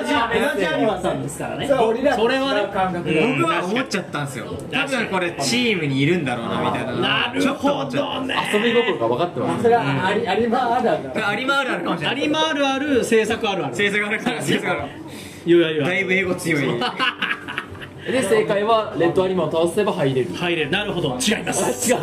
Speaker 1: じアリマさんですからね
Speaker 4: それは俺らと
Speaker 1: それは
Speaker 4: 違う感
Speaker 1: ね
Speaker 4: 覚
Speaker 1: うん
Speaker 4: で
Speaker 3: 僕は思っちゃったんですよ多分これチームにいるんだろうなみたいな
Speaker 1: なるほどね
Speaker 2: 遊び心が分かってます
Speaker 4: それはアリアリーマーあるあるだ
Speaker 3: 有馬あるあるかもしれ
Speaker 1: ア
Speaker 3: ない
Speaker 1: リマあるある制作あるある
Speaker 3: 制作あるから制作ある
Speaker 1: いやいや
Speaker 3: だいぶ英語強い
Speaker 2: で正解はレッドアリーマーを倒せば入れる
Speaker 1: 入れるなるほど違います
Speaker 2: 違う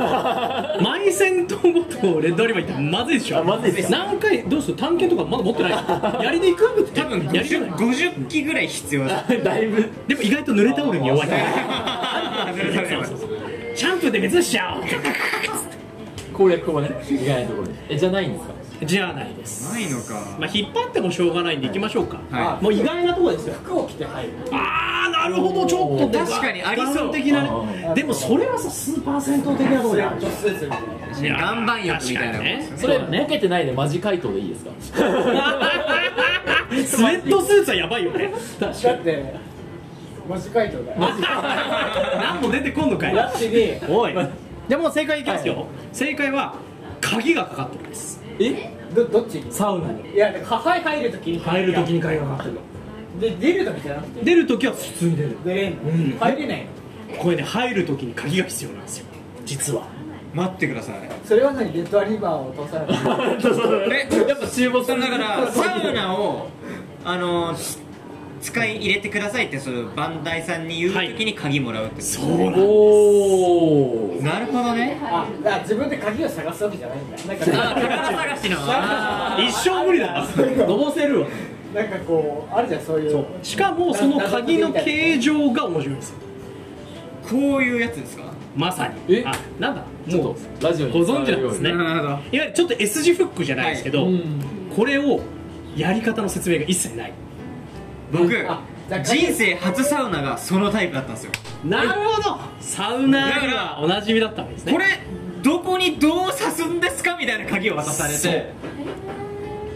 Speaker 1: マイセントごとレッドアリマ行ってまずいでしょ
Speaker 2: あまずいですか
Speaker 1: 何回どうする探検とかまだ持ってないやりでいく
Speaker 3: 多分
Speaker 1: やりじゃない
Speaker 3: 50 50機ぐらい必要だ
Speaker 2: だいぶ
Speaker 1: でも意外と濡れタオルに弱い
Speaker 3: そうそう
Speaker 1: シャンプーで水しちゃおう
Speaker 2: 攻略法はねいかないところでえじゃないんですか
Speaker 1: じゃあないです
Speaker 3: ないのか
Speaker 1: まあ引っ張ってもしょうがないんで行きましょうか、
Speaker 3: は
Speaker 1: もう意外なとこですよ
Speaker 4: 服を着て入る
Speaker 1: ああなるほどちょっとで
Speaker 3: 確かにありそう
Speaker 1: ガウン的な
Speaker 2: あ
Speaker 1: ねでもそれはさスーパー銭湯的なとこ
Speaker 4: そ
Speaker 1: じ
Speaker 4: れ
Speaker 1: ゃ
Speaker 4: は
Speaker 1: ん
Speaker 4: 女性するみたいない
Speaker 3: 岩盤浴みたいな
Speaker 1: 確
Speaker 3: もんですよね
Speaker 1: かに
Speaker 2: それボケてないでマジ回答でいい ですか
Speaker 1: スウェットスーツはやばいよね
Speaker 4: だって文字回答だよ
Speaker 1: 何も出てこんのかい
Speaker 4: ラッチに
Speaker 1: おいでもう正解いきますよ、正解は鍵がかかってるんです
Speaker 2: え
Speaker 4: どどっち
Speaker 1: サウナに
Speaker 4: いやだから母へ入るときに
Speaker 1: 入る時に鍵がかかってるの
Speaker 4: で出るときじゃなくて
Speaker 1: 出る時は普通に出る
Speaker 4: 出れんの、
Speaker 1: うん
Speaker 4: 入れないの
Speaker 1: これね入る時に鍵が必要なんですよ実は
Speaker 3: 待ってください
Speaker 4: それは何デッドアリバーを落とさ ない
Speaker 3: え
Speaker 2: やっぱ注目す
Speaker 3: そ
Speaker 2: る
Speaker 3: うだからサウナをあの使い入れてくださいってそのバンダイさんに言うときに鍵もらうってこと
Speaker 1: そうなんです
Speaker 2: おー
Speaker 3: なるほどね
Speaker 4: あだから自分で鍵を探すわけじゃないんだなんか
Speaker 3: あ宝探しのあ
Speaker 1: 一生無理だなのぼせるわ
Speaker 4: なんかこうあるじゃんそういう
Speaker 1: しかもその鍵の形状が面白いんですよ
Speaker 3: ーこういうやつですか
Speaker 1: まさに
Speaker 2: え
Speaker 1: あなんだ
Speaker 2: ち
Speaker 1: も
Speaker 2: ょ
Speaker 1: う
Speaker 2: っとラジオに
Speaker 1: ご存知なんですね
Speaker 3: なるほど
Speaker 1: いわゆるちょっと S 字フックじゃないですけど、これをやり方の説明が一切ない
Speaker 3: 僕
Speaker 4: あじゃあ
Speaker 3: 人生初サウナがそのタイプだったんですよ
Speaker 1: なるほどサウナーにはおなじみだったわけですね
Speaker 3: これどこにどう刺すんですかみたいな鍵を渡され
Speaker 1: そう
Speaker 3: て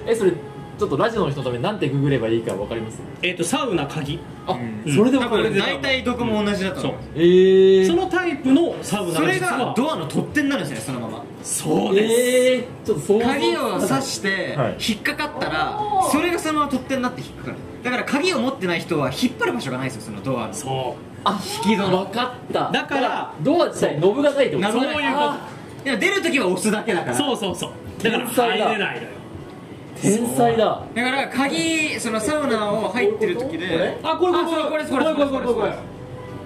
Speaker 2: えそれちょっとラジオの人のためになんてググればいいかわかります
Speaker 1: えっ、とサウナ鍵
Speaker 2: あ、
Speaker 3: ん
Speaker 2: それで
Speaker 3: 多
Speaker 2: わかる
Speaker 3: 分大体どこも同じだと思う
Speaker 1: そ
Speaker 2: えー、
Speaker 1: そのタイプのサウナ
Speaker 3: そ
Speaker 1: が
Speaker 3: れ
Speaker 1: 実
Speaker 3: が
Speaker 1: は
Speaker 3: ドアの取っ手になるんですよねそのまま
Speaker 1: そうです、
Speaker 2: えー、ちょっと想像
Speaker 3: 鍵を刺して
Speaker 2: はい
Speaker 3: 引っかかったら、
Speaker 6: おー
Speaker 3: それがそのまま取っ手になって引っかかるだから鍵を持ってない人は引っ張る場所がないですよそのドアの
Speaker 1: そ
Speaker 2: あ引き戸分かった
Speaker 1: だから
Speaker 2: ドア自体ノブがないってこ
Speaker 3: な
Speaker 2: と
Speaker 3: るほどね
Speaker 1: そういうこと
Speaker 2: あ
Speaker 3: いや出るときは押すだけだか
Speaker 1: う
Speaker 3: ら
Speaker 1: そうそうそうだから
Speaker 2: 天才
Speaker 1: 入
Speaker 2: だ
Speaker 1: れないのよ
Speaker 2: ー天才だ
Speaker 3: だから鍵そのサウナを入ってる時で
Speaker 1: あこれこれ
Speaker 3: あそうこれです
Speaker 1: こ
Speaker 3: これ
Speaker 1: れ
Speaker 3: です
Speaker 1: これこれこれ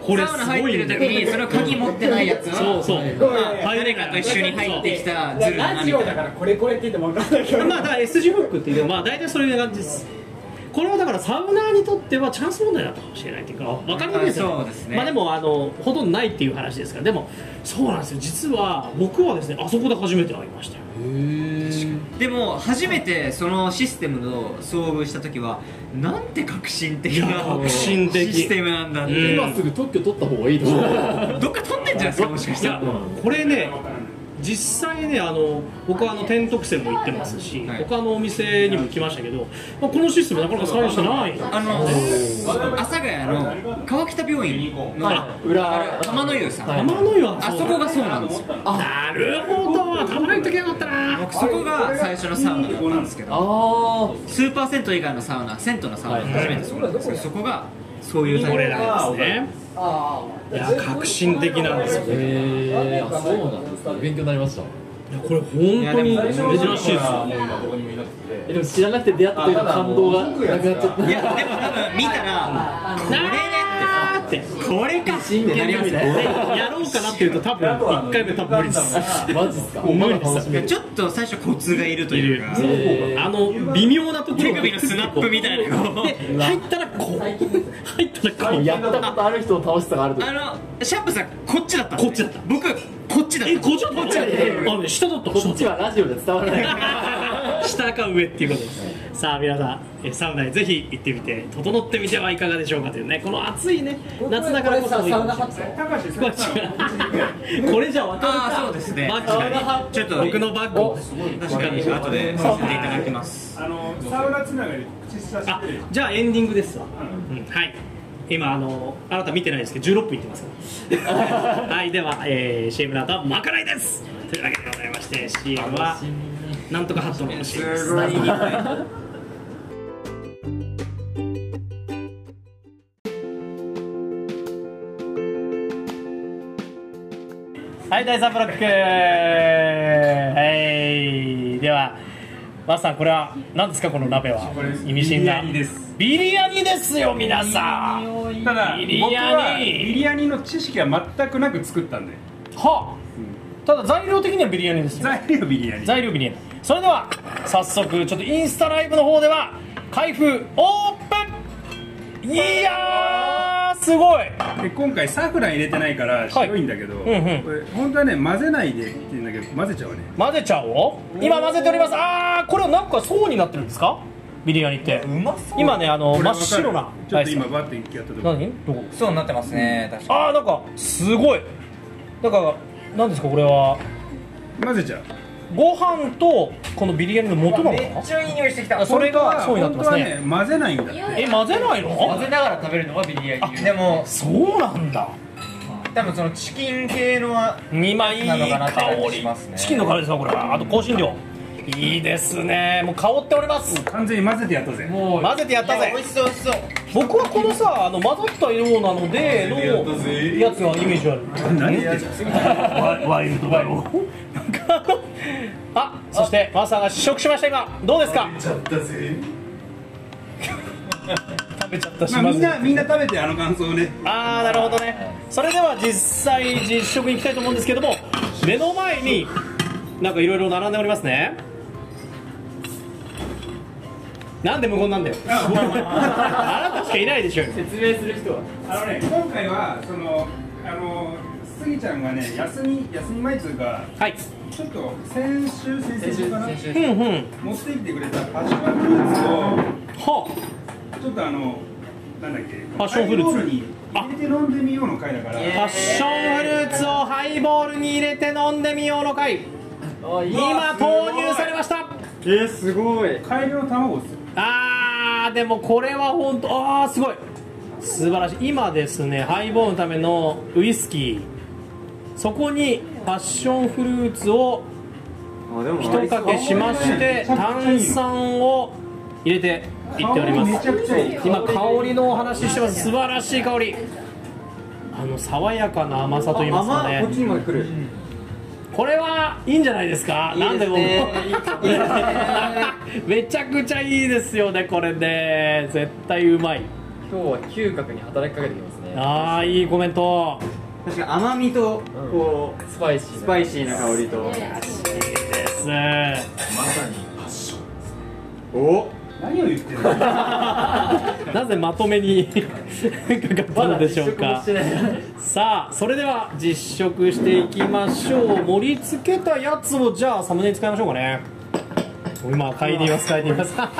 Speaker 1: これ
Speaker 3: サウ
Speaker 1: す
Speaker 3: ナ入っ
Speaker 1: ご
Speaker 3: て
Speaker 1: い
Speaker 3: る
Speaker 1: んだ
Speaker 3: 時
Speaker 1: よ
Speaker 3: にその鍵持ってないやつは
Speaker 1: そうそう
Speaker 2: はい
Speaker 3: まあ
Speaker 1: 入れ
Speaker 3: 誰
Speaker 1: ない
Speaker 3: かと一緒に入ってきたズルだな
Speaker 4: ラ
Speaker 3: み
Speaker 4: ジ
Speaker 3: た
Speaker 4: オ
Speaker 3: い
Speaker 4: だから
Speaker 3: な
Speaker 4: これこれって言っても分かんないけど
Speaker 1: まあだから S 字フックっていうのはまあ大体それいう感じですこれはだからサウナーにとってはチャンス問題だったかもしれないっていうか分かりにくいですよ、ね、
Speaker 3: あそうですね
Speaker 1: まあでもあのほとんどないっていう話ですからでもそうなんですよ実は僕はですねあそこで初めて会いましたよ
Speaker 2: へー
Speaker 3: でも初めてそのシステムの遭遇した時はなんて革新的
Speaker 1: いや
Speaker 3: な
Speaker 1: 革新的
Speaker 3: システムなんだっ
Speaker 1: うん
Speaker 3: て、
Speaker 2: 今すぐ特許取った方がいいと思う
Speaker 3: どっか取ってんじゃないですかもしかし
Speaker 1: い
Speaker 3: た
Speaker 1: や
Speaker 3: ら
Speaker 1: これね実際ねあの僕はあの天徳線も行ってますし、
Speaker 3: はい
Speaker 1: 他のお店にも行きましたけど、まあ、このシステムなかなか採用してない
Speaker 3: あの阿佐ヶ谷の川北病院の
Speaker 1: あ
Speaker 2: 裏
Speaker 3: 玉の湯さん、
Speaker 2: はい
Speaker 1: 天の湯は
Speaker 3: あ
Speaker 1: う
Speaker 3: そこがそうなんですよ
Speaker 1: なるほどたまらんときゃよかったな
Speaker 3: 僕そこが最初のサウナだったんですけど
Speaker 2: あ
Speaker 3: スーパー銭湯以外のサウナ銭湯のサウナ初めてそうなんですけどそこがそういうタ
Speaker 1: こ
Speaker 3: イプ
Speaker 1: れなんですね
Speaker 4: あ
Speaker 1: いや革新的なんですよ
Speaker 2: ーへー、あそうなんですね勉強になりました
Speaker 1: いやこれ本当に珍しいですよ
Speaker 5: もう今どこにもいなくて
Speaker 2: えでも知らなくて出会った時の感動がなくなっちゃった
Speaker 3: いやでも多分見たらこれね
Speaker 1: なーって
Speaker 3: ってこれか
Speaker 2: 真剣
Speaker 3: なりますよ
Speaker 2: ね
Speaker 1: やろうかなっていうと多分1回目多分無理です
Speaker 2: マジっすか
Speaker 1: 無理です
Speaker 2: まだ楽しめる
Speaker 3: ちょっと最初コツがいるというか
Speaker 1: いる
Speaker 2: え
Speaker 1: あの微妙なところ
Speaker 3: 手首のスナップみたいなのを
Speaker 1: で入ったらこう入ったらこ
Speaker 2: ー
Speaker 1: う
Speaker 2: やったことある人の楽しさがあると
Speaker 3: あのシャープさんこっちだったんで
Speaker 1: こっちだった
Speaker 3: 僕こっちだった
Speaker 1: えこっちはこっちは
Speaker 2: こっちだね
Speaker 1: あのね下だった
Speaker 2: こっちはラジオじゃ伝わら ない
Speaker 1: 下か上っていうことです、さあ皆さんえサウナにぜひ行ってみて整ってみてはいかがでしょうかというねこの暑いね
Speaker 4: あ
Speaker 1: 夏だからこそ
Speaker 4: これさサウナハ
Speaker 1: こ
Speaker 4: ット
Speaker 5: 高橋さん
Speaker 1: れじゃわかる
Speaker 3: あ
Speaker 1: か
Speaker 3: あそうですね
Speaker 1: バッグ
Speaker 3: 確かにちょっと
Speaker 1: 僕のバッグを
Speaker 3: 確かに後でさせていただきます
Speaker 5: あのサウナつながりで告知させ
Speaker 1: あ
Speaker 5: て
Speaker 1: じゃあエンディングですわ、
Speaker 5: う
Speaker 1: うんはい今あのあなた見てないですけど16分いって ますからはいでは、えー、CM の後はまかないですというわけでございまして CM はなんとかハットの CM です
Speaker 3: ごい
Speaker 1: はい、第3ブロック。はい、では、マスさん、これは何ですか、この鍋は。意味深な。
Speaker 5: ビリヤニです
Speaker 1: ビリヤニですよ、皆さん。は
Speaker 5: ただ
Speaker 1: ビ
Speaker 5: 僕
Speaker 1: リヤニ
Speaker 5: はビリヤニの知識は全くなく作ったんで
Speaker 1: あ、ただ材料的にはビリヤニですよ。
Speaker 5: 材料ビリヤニ
Speaker 1: 材料ビリヤニ。それでは、早速、ちょっとインスタライブの方では、開封オープン。いやー、すごい。
Speaker 5: で今回サフラン入れてないから白いんだけど、
Speaker 1: うんうん
Speaker 5: これ本当はね混ぜないでって言うんだけど混ぜちゃうね
Speaker 1: 混ぜちゃおうを今混ぜておりますあーこれはなんか層になってるんですかビリヤニって今ねあの
Speaker 5: これ
Speaker 1: 真
Speaker 5: わ
Speaker 1: っ
Speaker 5: かる
Speaker 1: 白な
Speaker 5: ちょっと今バッてやったところ
Speaker 1: 何どこ
Speaker 3: そうなってますね確
Speaker 1: あーなんかすごいなんかなんですかこれは
Speaker 5: 混ぜちゃう
Speaker 1: ご飯とこのビリヤニの元なのか
Speaker 3: めっちゃいい匂いしてきた
Speaker 1: なそれがそうになってますね
Speaker 5: 本当は混ぜないんだ
Speaker 1: え混ぜない
Speaker 3: 混
Speaker 1: の
Speaker 3: ぜながら食べるのがビリヤニ流でも
Speaker 1: そうなんだ
Speaker 3: 多分そのチキン系のは
Speaker 1: 2枚いい
Speaker 3: なのかなって
Speaker 1: 香
Speaker 3: 感じ
Speaker 1: り
Speaker 3: しますね
Speaker 1: チキンの香りですよこれはあと香辛料いいですねもう香っております
Speaker 5: 完全に混ぜてやったぜ
Speaker 2: もう
Speaker 1: 混ぜてやった
Speaker 3: いや美
Speaker 1: ぜ
Speaker 3: 味しそう美味しそう
Speaker 1: 僕はこのさあの混ざったようなのでのやつがイメージあ る
Speaker 5: 何言ってんの
Speaker 1: ワワイルドだよあそしてマーサーが試食しました今どうですか食べちゃったぜ食べちゃっ
Speaker 5: まあ
Speaker 1: たしま
Speaker 5: みん
Speaker 1: ず
Speaker 5: なみんな食べてあの感想をね
Speaker 1: ああなるほどねそれでは実際実食に行きたいと思うんですけども目の前になんかいろいろ並んでおりますねなんで無言なんだよあなたしかいないでしょ今
Speaker 4: 説明する人は
Speaker 5: あのね、今回はそのあのスギちゃんがね休み休み前というか
Speaker 1: はい
Speaker 5: ちょっと先週先々週かな
Speaker 1: うんうん
Speaker 5: 持ってきてくれたパッションフルー
Speaker 1: は
Speaker 5: ツをちょっとあのなんだっけ
Speaker 1: パッションフルーツ
Speaker 5: ハイボールに入れて飲んでみようの回だから
Speaker 1: あパッションフルーツをハイボールに入れて飲んでみようの会今投入されました
Speaker 7: えー、すごい
Speaker 5: 改良卵っすよ
Speaker 1: あーでもこれは本当ああすごい素晴らしい今ですねハイボールのためのウイスキーそこにパッションフルーツを
Speaker 7: あでも
Speaker 1: ひとかけしまして炭酸を入れていっております
Speaker 5: 香りめちゃくちゃいい
Speaker 1: 今香りのお話ししてます素晴らしい香りあの爽やかな甘さといいますか
Speaker 7: 甘いこっちに
Speaker 1: ね
Speaker 7: まで来る
Speaker 1: これはいいんじゃないですかなんでも めちゃくちゃいいですよねこれね絶対うまい
Speaker 2: 今日は嗅覚に働きかけてきますね
Speaker 1: ああいいコメント
Speaker 7: 確かに甘みとこう
Speaker 2: スパイシーな
Speaker 7: スパイシーな香りと
Speaker 1: ですね
Speaker 7: お
Speaker 5: 何を言ってるの
Speaker 1: なぜまとめに かかったのでしょうかさあそれでは実食していきましょう盛り付けたやつをじゃあサムネに使いましょうかね今嗅いでいます嗅いでい ます香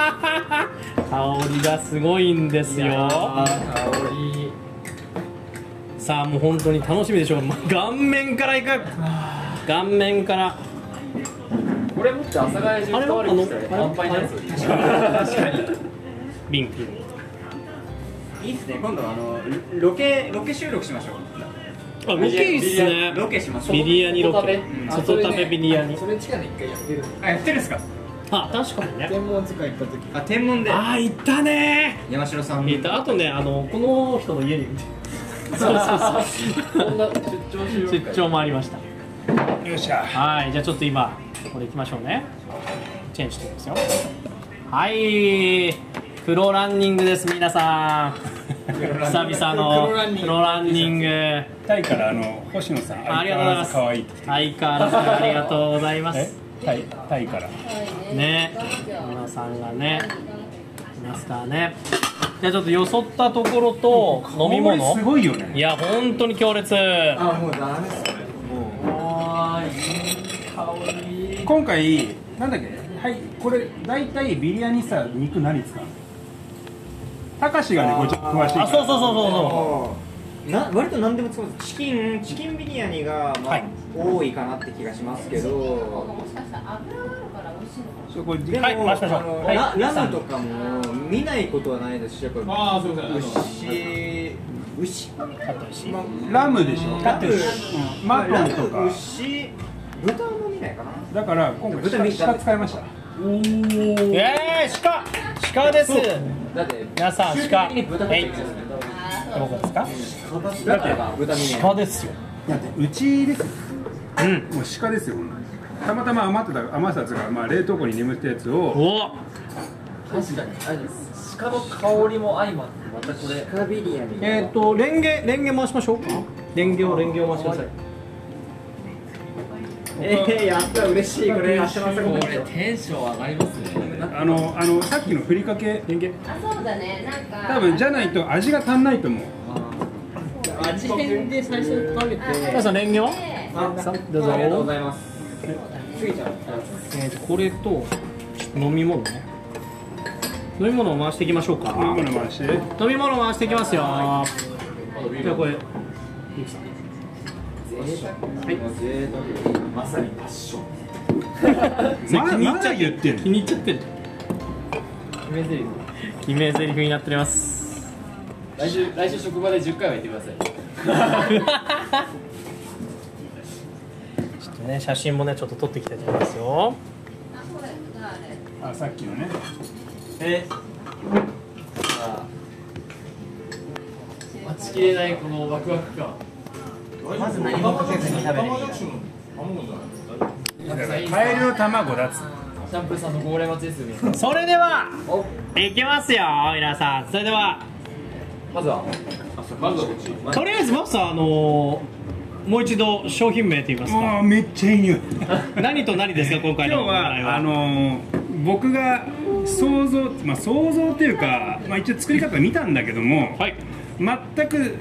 Speaker 1: りがすごいんですよさあもう本当に楽しみでしょうま顔面からいく顔面から
Speaker 2: これ持って朝帰り中変わりにしたら満杯になりそうですよ
Speaker 1: ビンク
Speaker 3: いいですね今度あのロケロケ収録しましょう
Speaker 1: あロケいいっすね
Speaker 3: ロケしましょう
Speaker 1: ビリヤニロケ
Speaker 2: うん
Speaker 1: 外食べビリヤニ
Speaker 4: それ近くに一回やってる
Speaker 3: あやってるんですか
Speaker 1: あ確かにね
Speaker 4: 天文図鑑行った時
Speaker 3: あ天文で
Speaker 1: ああ行ったね
Speaker 3: 山城さん
Speaker 1: えっとあとねあのこの人の家にそうそう
Speaker 2: こんな出張収
Speaker 1: そう
Speaker 2: 録
Speaker 1: 出
Speaker 2: 会
Speaker 1: 張もありました
Speaker 5: よっしゃ
Speaker 1: はいじゃあちょっと今これ行きましょうねチェンジしてみますよはいプロランニングです皆さん久々のプロランニング
Speaker 5: タイからあの星野さん
Speaker 1: ありがとうございます
Speaker 5: 相変わらず可愛いって
Speaker 1: 相変わらずありがとうございます
Speaker 5: えタイタイから
Speaker 1: ね皆さんがねいますからねじゃあちょっとよそったところと飲み物
Speaker 5: 香りすごいよ
Speaker 1: い
Speaker 5: ね
Speaker 1: や本当に強烈
Speaker 7: あもうダメっすね
Speaker 5: 今回なんだっけはいこれ大体ビリヤニさ肉何使うのたかしがねこれちょっと詳しいから
Speaker 1: あそうそうそうそうそ
Speaker 7: あーな割と何でも使うんです
Speaker 3: チキンチキンビリヤニが、まあ
Speaker 1: はい
Speaker 7: 多いかなって気がしますけど
Speaker 6: もしかしたら油があるから美味しいのかも
Speaker 5: そうこれ
Speaker 7: でも、
Speaker 1: はい回しましょう
Speaker 7: あの
Speaker 1: はい
Speaker 7: ララムとかも見ないことはないですしやっぱ
Speaker 5: ああそうそう
Speaker 7: 牛牛
Speaker 1: うカットにし
Speaker 7: ま
Speaker 5: ラムでしょ
Speaker 7: ラム
Speaker 5: うんマトンと
Speaker 7: ラム
Speaker 5: か
Speaker 7: 牛豚も見ないかな
Speaker 5: だから今回
Speaker 7: 豚
Speaker 5: 鹿
Speaker 7: 見た
Speaker 5: 鹿使いました
Speaker 1: えー、鹿鹿です
Speaker 7: だって
Speaker 1: 皆さん
Speaker 7: 究極
Speaker 1: 鹿
Speaker 7: 的に豚
Speaker 1: え
Speaker 7: 買っ
Speaker 1: い
Speaker 7: てるんですよね
Speaker 1: 僕ですか
Speaker 7: だから豚見ない
Speaker 1: 鹿ですよ
Speaker 5: だってうちですよ
Speaker 1: うん
Speaker 5: もう鹿ですよこんなのたまたま余ってた余ってたやつがまあ冷凍庫に眠ってたやつを
Speaker 1: お
Speaker 4: 確かにあれです
Speaker 2: 鹿の香りも相まってまたこれ
Speaker 7: カビリアに
Speaker 1: えっ、ー、とレンゲレンゲ回しましょうかレンゲをレンゲを回してください
Speaker 7: えー、やった嬉しいこれ明日の朝ごはん
Speaker 2: こ
Speaker 7: でし
Speaker 2: れ
Speaker 7: ょ
Speaker 2: テンション上がりますね
Speaker 5: あのあのさっきのふりかけ
Speaker 1: レンゲ
Speaker 6: あそうだねなんか
Speaker 5: 多分じゃないと味が足んないと思う
Speaker 4: 味変で最初に食べて
Speaker 1: 皆さんレンゲは
Speaker 6: ね
Speaker 1: さどうぞ
Speaker 7: ありがとうございます
Speaker 1: えー、とこれとちょっと飲み物ね飲み物を回していきましょうか
Speaker 5: 飲み物回して
Speaker 1: 飲み物回していきますよじゃあこれ
Speaker 7: まさにパッション
Speaker 5: まだまだ言ってんの
Speaker 1: 気に入っちゃってる
Speaker 2: 決め台詞
Speaker 1: 決め台詞になっており ます
Speaker 2: 来週来週職場で10回は言ってください
Speaker 1: ちょっとね写真もねちょっと撮っていきたいと思いますよ
Speaker 6: あ、これ、あれ。
Speaker 5: あさっきのね
Speaker 2: え待ちきれないこのワクワク感
Speaker 4: まず何もかけずに食べる
Speaker 5: カエルの卵だっつうの
Speaker 2: シャンプーさんの号令待ちですよね
Speaker 1: それではいきますよ皆さんそれでは
Speaker 2: まずはまずはこっち
Speaker 1: とりあえずマスターあのーもう一度商品名と言いますか
Speaker 5: あーめっちゃいい匂い
Speaker 1: 何と何ですか今
Speaker 5: 今
Speaker 1: 回
Speaker 5: 日
Speaker 1: のお題
Speaker 5: はあのー僕が想像まあ想像っていうか、まあ、一応作り方見たんだけども、
Speaker 1: はい
Speaker 5: 全く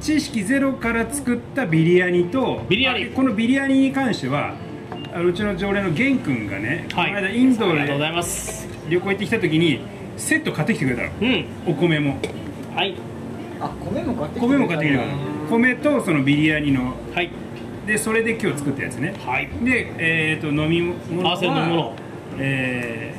Speaker 5: 知識ゼロから作ったビリヤニと
Speaker 1: ビリヤニ
Speaker 5: あこのビリヤニに関してはあのうちの常連の玄君がね、
Speaker 1: はい
Speaker 5: この間イン
Speaker 1: あ
Speaker 5: ド
Speaker 1: りがとうござい
Speaker 5: で
Speaker 1: ます
Speaker 5: 旅行行ってきた時にセット買ってきてくれたの
Speaker 1: うん
Speaker 5: お米も
Speaker 1: はい
Speaker 4: あ米も買って
Speaker 5: 米も買ってきてくれたの米とそのビリヤニの
Speaker 1: はい
Speaker 5: でそれで今日作ったやつね
Speaker 1: はい
Speaker 5: で、えー、と飲み物
Speaker 1: 合わせる飲み物
Speaker 5: え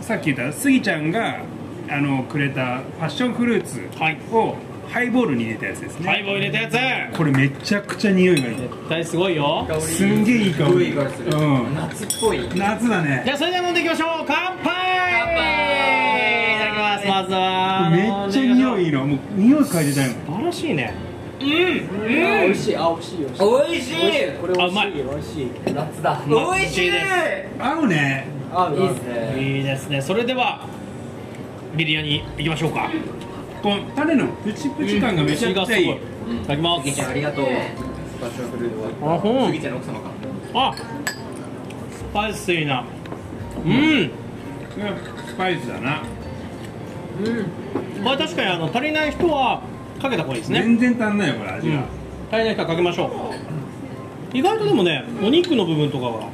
Speaker 5: ーさっき言ったスギちゃんがあのくれたパッションフルーツ
Speaker 1: はい
Speaker 5: をハイボールに入れたやつですね、
Speaker 1: ハイボール入れたやつ
Speaker 5: これめちゃくちゃ匂いがいい
Speaker 1: 絶対すごいよ
Speaker 5: すんげえいい香り
Speaker 7: すごいいい香りする
Speaker 5: うん、
Speaker 7: 夏っぽい
Speaker 5: 夏だ
Speaker 1: じ
Speaker 5: ね
Speaker 1: ゃあそれでは飲んでいきましょう乾杯いただきますまずは
Speaker 5: めっちゃ匂いいいのもう匂い嗅いでたいもん
Speaker 1: 素晴らしいね
Speaker 4: 美味しいあ美味しい美味しい
Speaker 7: おいしい
Speaker 4: これ美味
Speaker 1: あうまい
Speaker 4: しい美味しい
Speaker 7: 夏だ
Speaker 1: おいしいです
Speaker 5: 合うね
Speaker 7: い
Speaker 4: あ
Speaker 7: いですね
Speaker 1: いいですねそれではビリヤニ行きましょうか
Speaker 5: このタレのプチプチ感がめちゃくちゃいい、
Speaker 1: いただきます
Speaker 7: ありがとうパッションフルーツ終わ
Speaker 1: あほ
Speaker 7: り
Speaker 1: ん
Speaker 7: 杉ちゃんの奥様か
Speaker 1: あスパイシーなうん
Speaker 5: スパイスだな、
Speaker 1: これ確かにあの足りない人はかけた方がいいですね
Speaker 5: 全然足んないよこれ味が、
Speaker 1: 足りない人はかけましょう意外とでもねお肉の部分とかは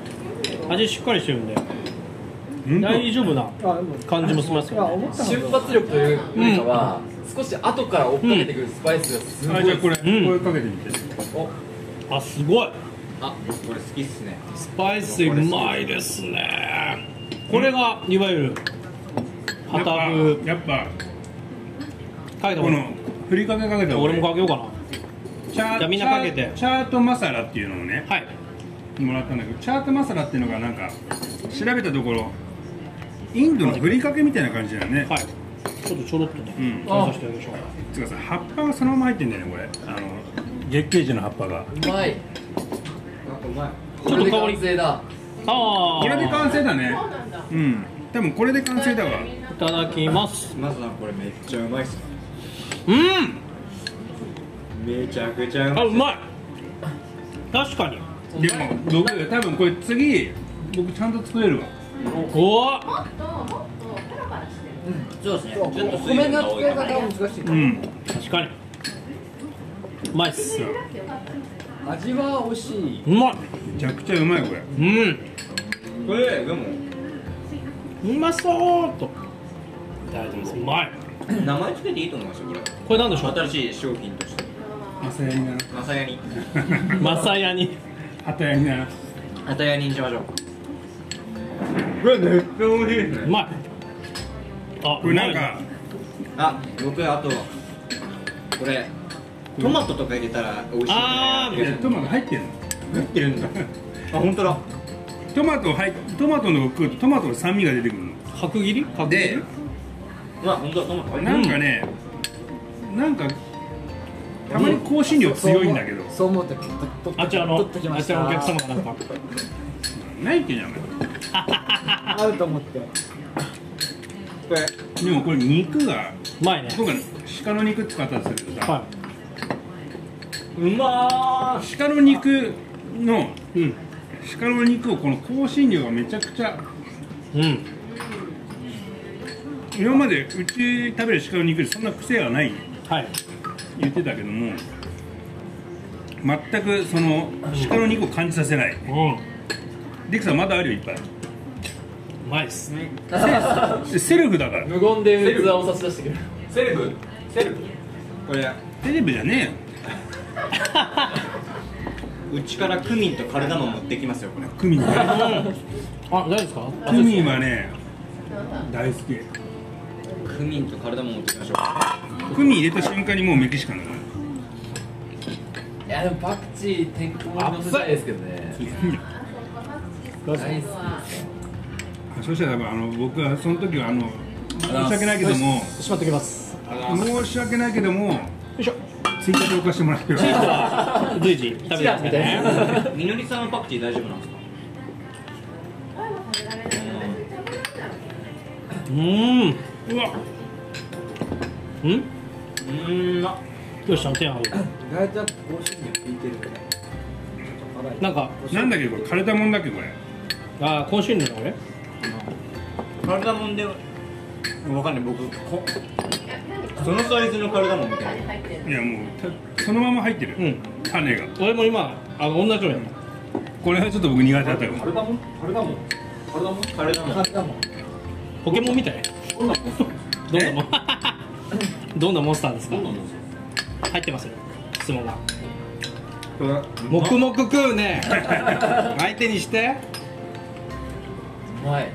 Speaker 1: 味しっかりしてるんで
Speaker 5: ほんと
Speaker 1: 大丈夫な
Speaker 4: あでも
Speaker 1: 感じもします
Speaker 4: いや
Speaker 1: よね
Speaker 4: 思った
Speaker 2: 瞬
Speaker 4: のと
Speaker 2: 発力というよりかは、少し後から追っかけてくるスパイスがすごい、
Speaker 5: あじゃあこれ、
Speaker 1: うん
Speaker 5: これかけてみて
Speaker 1: あすごい
Speaker 7: あ僕これ好きっすね
Speaker 1: スパイシーうまいですねこれがいわゆるハ
Speaker 5: やっ
Speaker 1: タ
Speaker 5: ぱ
Speaker 1: フ
Speaker 5: やっぱ
Speaker 1: かけた方がい
Speaker 5: このふりかけかけ
Speaker 1: い
Speaker 5: た方がい
Speaker 1: 俺
Speaker 5: い
Speaker 1: もかけようかな
Speaker 5: チャー
Speaker 1: じゃあみんなかけて
Speaker 5: チャーチャートマサラっていうのをね
Speaker 1: はい
Speaker 5: もらったんだけどチャートマサラっていうのがなんか調べたところインドのふりかけみたいな感じだよね、
Speaker 1: はいちょっとちょろっとね、
Speaker 5: うん
Speaker 1: 食べさせてあげましょう
Speaker 5: つうかさ葉っぱがそのまま入ってんだよねこれあの月桂樹の葉っぱが
Speaker 2: うま
Speaker 7: な
Speaker 2: い
Speaker 7: んかうまい
Speaker 1: ちょっと香り
Speaker 2: これで完成だ
Speaker 1: ああ
Speaker 5: これで完成だねうん多分これで完成だわ
Speaker 1: いただきます
Speaker 7: まずはこれめっちゃうまいっす
Speaker 1: うん
Speaker 7: めちゃくちゃうま
Speaker 1: あ
Speaker 7: いう
Speaker 1: まい確かに
Speaker 5: でもどう多分これ次僕ちゃんと作れるわ
Speaker 1: おお
Speaker 6: もっと、もっと、パラパラしてる。
Speaker 7: そうですね
Speaker 4: お米の付け方が難しいか
Speaker 5: うん
Speaker 1: 確かにうまいっす
Speaker 4: ら味は美味しいう
Speaker 1: まい
Speaker 5: めちゃくちゃうまいこれ
Speaker 1: うん
Speaker 7: これでも
Speaker 1: うまそうーっといただいてますうまい
Speaker 7: 名前つけていいと思いますよこれ
Speaker 1: これなんでしょう
Speaker 7: 新しい商品として
Speaker 5: マサヤ にな
Speaker 7: まさやに
Speaker 1: マサヤに
Speaker 5: ハタヤになら
Speaker 7: あたやににしましょうこれめっちゃ美味しいで
Speaker 1: うまいあ
Speaker 5: こ
Speaker 1: う
Speaker 5: れ
Speaker 1: ま
Speaker 5: なん
Speaker 1: い
Speaker 5: か
Speaker 7: あ僕あとこれトマトとか入れたら美味しい
Speaker 1: あー
Speaker 5: えトマト入ってるの
Speaker 7: 入ってるんだあ本当だ
Speaker 5: トマト入っトマトの食うとトマトの酸味が出てくるの
Speaker 1: 角切り角切り
Speaker 7: でまあ本当だトマト入ってる
Speaker 5: なんかね、なんかたまに香辛料強いんだけど、
Speaker 4: そう思うそう思うと
Speaker 1: あちらの
Speaker 4: 取ってき
Speaker 1: あ
Speaker 4: まし
Speaker 1: ち
Speaker 4: た
Speaker 1: らのお客様がなんか
Speaker 5: ないってじゃない
Speaker 4: あると思って
Speaker 7: これ
Speaker 5: でもこれ肉が
Speaker 1: うまいね
Speaker 5: 僕は鹿の肉使ったりするけどさ、
Speaker 1: は
Speaker 7: うま
Speaker 5: 鹿の肉の
Speaker 1: いうん
Speaker 5: 鹿の肉をこの香辛料がめちゃくちゃ
Speaker 1: うん
Speaker 5: 今までうち食べる鹿の肉でそんな癖はない
Speaker 1: はい
Speaker 5: 言ってたけども全くその鹿の肉を感じさせない
Speaker 1: うんう
Speaker 5: デクさんまだあるよいっぱい
Speaker 1: まいっす
Speaker 5: でセルフだから
Speaker 2: 無言で器を差し出してくる
Speaker 7: ーセルフセルフこれ
Speaker 5: セレブじゃねえよ
Speaker 3: うちからクミンとカルダモン持ってきますよこれ
Speaker 5: クミンね
Speaker 6: あ大丈夫ですか
Speaker 5: クミンはね大好き
Speaker 3: クミンとカルダモン持ってきましょう
Speaker 5: クミン入れた瞬間にもうメキシカンだから
Speaker 6: いやでもパクチー天候に乗せたいですけどね大好
Speaker 5: そしたら多分あの僕はその時はあの申し訳ないけども
Speaker 1: しまっておきます
Speaker 5: 申し訳ないけども
Speaker 1: いしょ
Speaker 5: 追加でお貸してもらってる
Speaker 1: 随時食べてますからね
Speaker 3: みのりさんはパクチー大丈夫なんですか
Speaker 1: うーんうわうん
Speaker 3: うんな
Speaker 1: どうしたの手が
Speaker 4: ライトアップ香辛料効いてるよね
Speaker 1: なんか
Speaker 5: なんだっけこれ枯れたもんだっけこれ
Speaker 1: あー香辛料だこれ
Speaker 3: カルダモンでわかんない僕こそのサイズのカルダモンみたいない
Speaker 5: やもうたそのまま入ってる、
Speaker 1: うん
Speaker 5: 種が
Speaker 1: 俺も今あの同じように
Speaker 5: これはちょっと僕苦手だったかも
Speaker 4: カルダモンカルダモンカルダモン
Speaker 3: カルダモン
Speaker 4: カルダモン
Speaker 1: ポケモンみたい
Speaker 4: どんなもん
Speaker 1: どんな もんどんなモンスターですか入ってますよ質問が黙々食う ね相手にして
Speaker 6: きうまい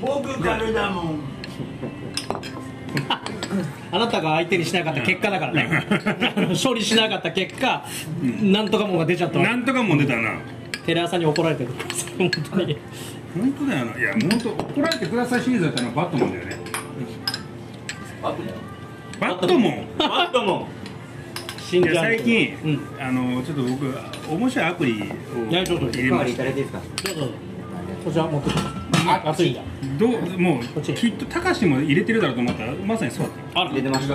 Speaker 3: 僕カルダモン
Speaker 1: あなたが相手にしなかった結果だからね あの勝利しなかった結果、なんとかもんが出ちゃったわ
Speaker 5: なんとかも出たな
Speaker 1: テレ朝に怒られてる本当に
Speaker 5: 本当だよないやもう本当怒られてくださいシリーズだったのはバットマンだよねバットマンバット
Speaker 3: バットモン
Speaker 1: 新
Speaker 5: マンいや最近、
Speaker 1: うん
Speaker 5: あのちょっと僕面白いアプリを
Speaker 1: いやちょっと
Speaker 5: 入れ
Speaker 3: おか
Speaker 5: ま
Speaker 3: わりい
Speaker 5: した
Speaker 3: だいていいですか
Speaker 1: どうぞこちら持ってきて熱いんだ
Speaker 5: どうも
Speaker 1: こ
Speaker 5: う
Speaker 1: っち
Speaker 5: きっと高橋も入れてるだろうと思ったらまさにそうだった
Speaker 1: あら
Speaker 3: 入れてました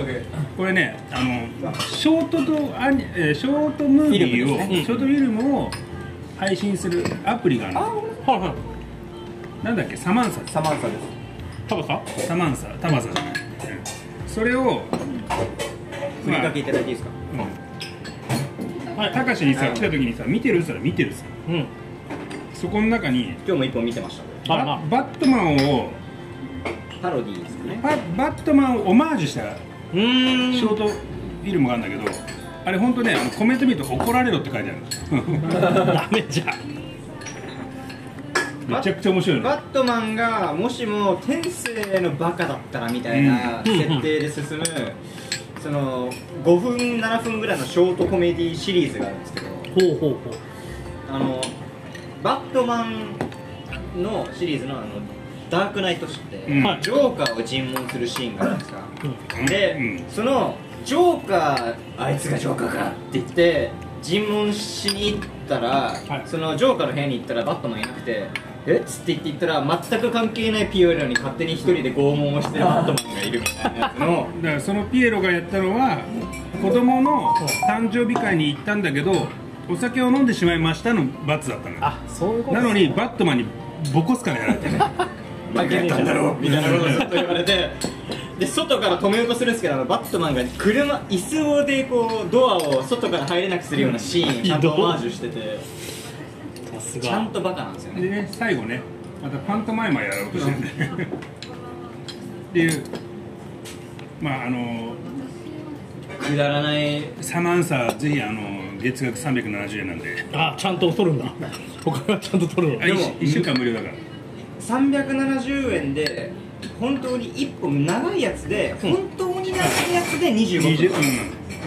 Speaker 5: これねあのショートドアニえーショートムービーを、
Speaker 1: フィルムですねうん
Speaker 5: ショートフィルムを配信するアプリがあるの
Speaker 1: はいはい
Speaker 5: なんだっけサマンサ
Speaker 8: サマンサです
Speaker 1: タバさん
Speaker 5: サマンサタマサじゃない、うんそれを
Speaker 3: ふりかけいただいていいですか
Speaker 5: まあ、うん、たかしにさ来た時にさ見てるっつったら見てるっすよ
Speaker 1: うん
Speaker 5: そこの中に
Speaker 3: 今日も一本見てました
Speaker 1: あ
Speaker 5: バ
Speaker 1: らな
Speaker 5: バットマンを
Speaker 3: パロディーですかね
Speaker 5: ババットマンをオマージュした
Speaker 1: うーん
Speaker 5: ショートフィルムがあるんだけどあれ本当ねあのコメント見ると怒られろって書いて ある
Speaker 1: ダメじゃん
Speaker 5: めちゃくちゃ面白いの
Speaker 3: バットマンがもしも天性のバカだったらみたいな
Speaker 1: うん
Speaker 3: 設定で進むその5分7分ぐらいのショートコメディシリーズがあるんですけど
Speaker 1: ほうほうほう
Speaker 3: あのバットマンのシリーズのあのダークナイト誌って、
Speaker 5: うん
Speaker 1: はい
Speaker 3: ジョーカーを尋問するシーンがあるんですか
Speaker 5: うん
Speaker 3: で、
Speaker 5: うん
Speaker 3: そのジョーカーあいつがジョーカーかって言って尋問しに行ったら、
Speaker 1: はい
Speaker 3: そのジョーカーの部屋に行ったらバットマンいなくてえっつって言って行ったら全く関係ないピエロに勝手に一人で拷問をしてるバットマンがいるみたいなやつの
Speaker 5: だからそのピエロがやったのは子供の誕生日会に行ったんだけどお酒を飲んでしまいましたの罰だったのよ
Speaker 1: あそういうこと
Speaker 5: なのにバットマンにボコスからやられてね
Speaker 3: バカやったんだろうみたいなことをずっと言われてで外から止めようとするんですけどあのバットマンが車椅子をでこうドアを外から入れなくするようなシーンをちゃんとオマージュしてて
Speaker 1: さす
Speaker 3: ちゃ
Speaker 1: が
Speaker 3: んとバカなんですよね
Speaker 5: でね最後ねまたパントマイマーやろうとしてるんだよねっていうまああの
Speaker 3: くだらない
Speaker 5: サマンサぜひあの月額370円なんで
Speaker 1: あちゃんと取るんだお金はちゃんと取るの
Speaker 5: あ
Speaker 1: へ
Speaker 3: でも
Speaker 5: 1週間無料だから
Speaker 3: 370円で本当に1本長いやつで、
Speaker 1: うん
Speaker 3: 本当に長いやつで25
Speaker 5: 20
Speaker 3: 分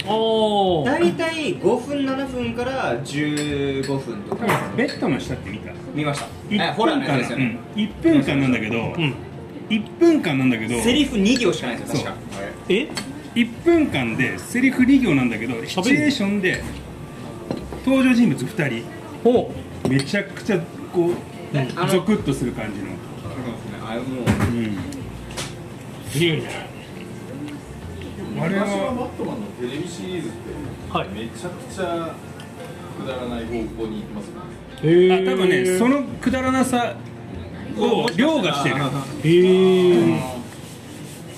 Speaker 5: う
Speaker 1: おお
Speaker 3: 大体5分7分から15分と
Speaker 5: ん多
Speaker 3: か
Speaker 5: 分ベッドの下って見た
Speaker 3: 見ましたえ
Speaker 5: 1
Speaker 3: ホラー
Speaker 5: 分
Speaker 3: のや
Speaker 5: 間
Speaker 3: つですよね、
Speaker 5: 1分間なんだけど
Speaker 1: うん
Speaker 5: 1分間なんだけど
Speaker 3: セリフ2行しかないんですよ確かあれ
Speaker 1: え
Speaker 5: 1分間でセリフ2行なんだけどシチュエーションで登場人物2
Speaker 1: お
Speaker 5: 人めちゃくちゃこ
Speaker 3: えあ
Speaker 5: う
Speaker 3: の
Speaker 5: ゾクッとする感じの、
Speaker 3: あれもう
Speaker 1: いいね
Speaker 5: あれ
Speaker 2: 昔の
Speaker 5: は
Speaker 2: バットマンのテレビシリーズって
Speaker 1: はい
Speaker 2: めちゃくちゃくだらない方向に行きますよね
Speaker 1: へえ
Speaker 5: あ多分ねそのくだらなさを凌駕してる
Speaker 1: へえ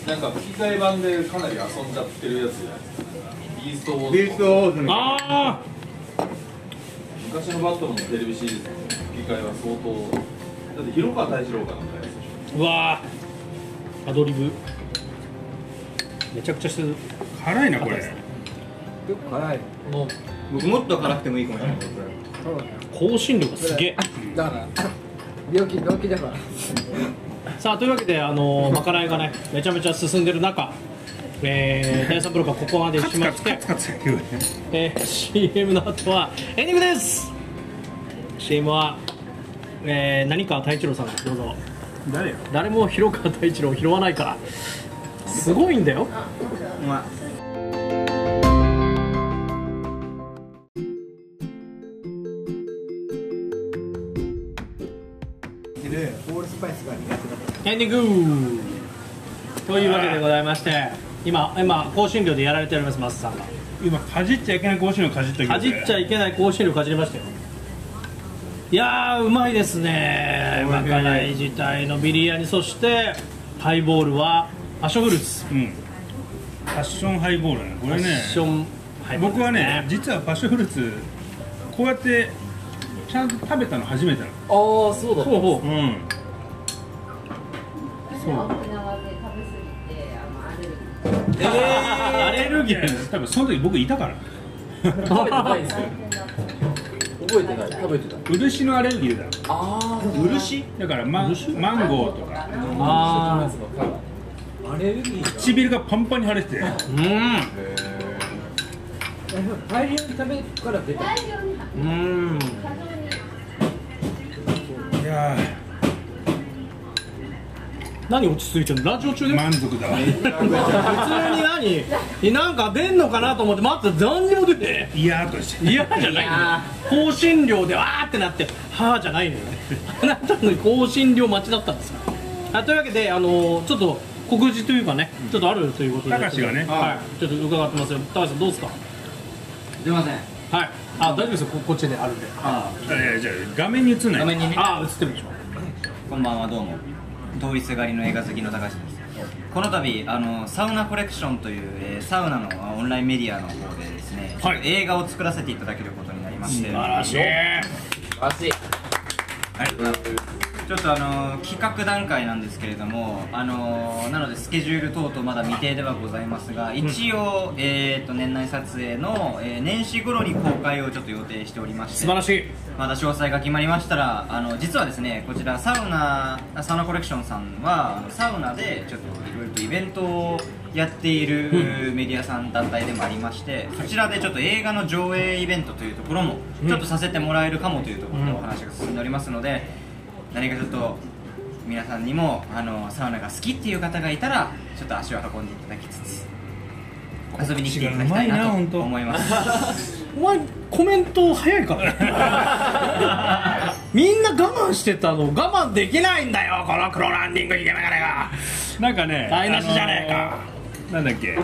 Speaker 2: なんか吹き替え版でかなり遊んじゃってるやつじゃないですかビーストウォーズ
Speaker 3: ビーストウォーズの
Speaker 1: あ
Speaker 2: 昔のバットマンのテレビシリーズの吹き替えは相当だって広川大志郎かなんかやつでし
Speaker 1: ーうわーアドリブめちゃくちゃしてる
Speaker 5: 辛いなこれ
Speaker 1: 硬いですね
Speaker 4: 結構辛い
Speaker 6: この
Speaker 3: 僕もっと辛くてもいいかもしれない
Speaker 4: そうだよ
Speaker 1: 香辛料がすげえ
Speaker 4: だから病気病気だから
Speaker 1: さあというわけであのーまかないがねめちゃめちゃ進んでる中えー、第3ブロックはここまでしまして、
Speaker 5: カツ言うね
Speaker 1: えー、CM の後はエンディングです CM は、えー、何川太一郎さんですどうぞ
Speaker 5: 誰よ
Speaker 1: 誰も広川太一郎を拾わないからすごいんだよ
Speaker 3: うま
Speaker 4: でオールスパイスが苦手だ
Speaker 1: エンディングというわけでございまして今今香辛料でやられておりますマスさんが
Speaker 5: 今かじっちゃいけない香辛料かじっと
Speaker 1: かじっちゃいけない香辛料かじりましたよいやーうまいですねまかない自体のビリヤニそしてハイボールはパッションフルーツ
Speaker 5: うんパッションハイボールねこ
Speaker 1: パ
Speaker 5: れ
Speaker 1: ッ
Speaker 5: ね
Speaker 1: ションハイボール
Speaker 5: 僕
Speaker 1: で
Speaker 5: は
Speaker 1: す
Speaker 5: ね実はパッションフルーツこうやってちゃんと食べたの初めてなの
Speaker 4: ああそうだ
Speaker 1: ほうほ
Speaker 5: うん
Speaker 6: 私は沖縄で食べ過ぎてあの歩いて
Speaker 1: うアレルギー
Speaker 5: 多分その時僕いたから
Speaker 4: 食べてないんですよ覚えてない食べてない
Speaker 5: 漆のアレルギーだ
Speaker 4: あ
Speaker 5: 漆だからマンマンゴーとか
Speaker 1: あ
Speaker 4: あアレルギー
Speaker 5: 唇がパンパンに腫れてて
Speaker 1: ーう
Speaker 4: 大量に食べるから出た
Speaker 6: 大量に
Speaker 1: ーんうーん
Speaker 6: 過剰に
Speaker 5: いや
Speaker 1: 何落ち着いてるのラジオ中で普
Speaker 5: ー満足だわ
Speaker 1: 通に何えなんか出んのかなと思って待ってたら何にも出てねえ
Speaker 5: いやーっとして
Speaker 1: 嫌じゃないのよ香辛料でわーってなってはーじゃないのよあなたの香辛料待ちだったんですよあというわけであのーちょっと告示というかねちょっとあるということで
Speaker 5: 高橋がね
Speaker 1: はいちょっと伺ってますよ高橋さんどうですか
Speaker 3: すいません
Speaker 1: はいあ大丈夫ですよここっちであるんで
Speaker 5: えじゃあ画面に映んない
Speaker 3: 画面にね
Speaker 1: ああ映ってるでしょ
Speaker 3: こんばんはどうも通りすがりの映画好きの高橋ですこの度あのサウナコレクションという、えーサウナのあオンラインメディアの方でですね、
Speaker 1: はい
Speaker 3: 映画を作らせていただけることになりまして
Speaker 1: しい
Speaker 3: ちょっとあの企画段階なんですけれども、あのなのでスケジュール等々まだ未定ではございますが、一応、えー、と年内撮影の、えー年始頃に公開をちょっと予定しておりまして、
Speaker 1: 素晴らしい
Speaker 3: まだ詳細が決まりましたらあの実はですねこちらサウナあサウナコレクションさんはあのサウナでちょっといろいろとイベントをやっているメディアさん団体でもありまして、そちらでちょっと映画の上映イベントというところもちょっとさせてもらえるかもというところでお話が進んでおりますので、何かちょっと皆さんにもあのサウナが好きっていう方がいたらちょっと足を運んでいただきつつ遊びに来ていただきたいなと思います。
Speaker 1: お前コメント早いから みんな我慢してたの我慢できないんだよこの黒ランニングイケメンがね
Speaker 5: なんかね
Speaker 1: 台無しじゃねえか
Speaker 5: あのーなんだっけ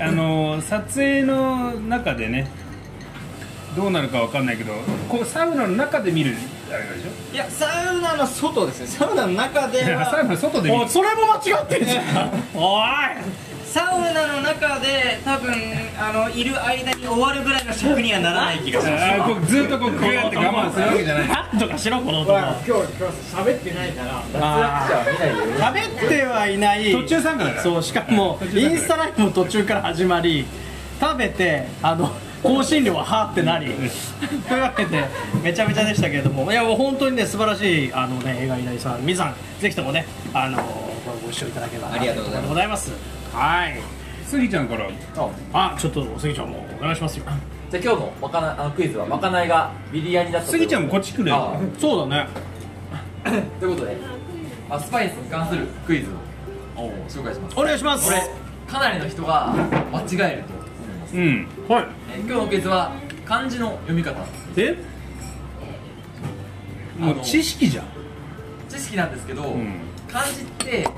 Speaker 5: あのー撮影の中でねどうなるかわかんないけどこうサウナの中で見るあれでし
Speaker 3: いや、サウナの外ですね。サウナの中で
Speaker 5: ょサウ
Speaker 3: は、
Speaker 5: ナの外で見
Speaker 1: お
Speaker 5: る
Speaker 1: いそれも間違ってるじゃん おい
Speaker 3: サウナの中で、多分、あの、いる間に終わるぐらいの尺にはならない気がします。
Speaker 5: あーこうずっとこうグーって我慢するわけじゃない
Speaker 1: なんとかしろこの男
Speaker 4: 今日今日喋ってないから
Speaker 1: 喋ってはいない
Speaker 5: 途中参加だから
Speaker 1: そうしか も
Speaker 5: 途中
Speaker 1: イ
Speaker 5: 参加
Speaker 1: ンスタライブも途中から始まり食べてあの香辛料ははーってなりというわけでめちゃめちゃでしたけれどもいやもう本当にね素晴らしいあのね映画依頼さん皆さんぜひともねあのご一緒いただければな
Speaker 3: ありがとうございます
Speaker 1: ございますはい
Speaker 5: スギちゃんから
Speaker 1: あちょっと杉ちゃんもお願いしますよ
Speaker 2: じゃあ今日のまかないあのクイズはまかないがビリヤニだったと
Speaker 5: スギちゃんもこっち来る
Speaker 2: あ
Speaker 5: よ
Speaker 1: そうだね
Speaker 2: ということであスパイスに関するクイズを紹介します
Speaker 1: お願いします
Speaker 2: これかなりの人が間違えると思います、
Speaker 5: うん
Speaker 1: はい
Speaker 2: えー今日のクイズは漢字の読み方
Speaker 1: え
Speaker 5: もう知識じゃん
Speaker 2: 知識なんですけど、
Speaker 5: ん
Speaker 2: 漢字って、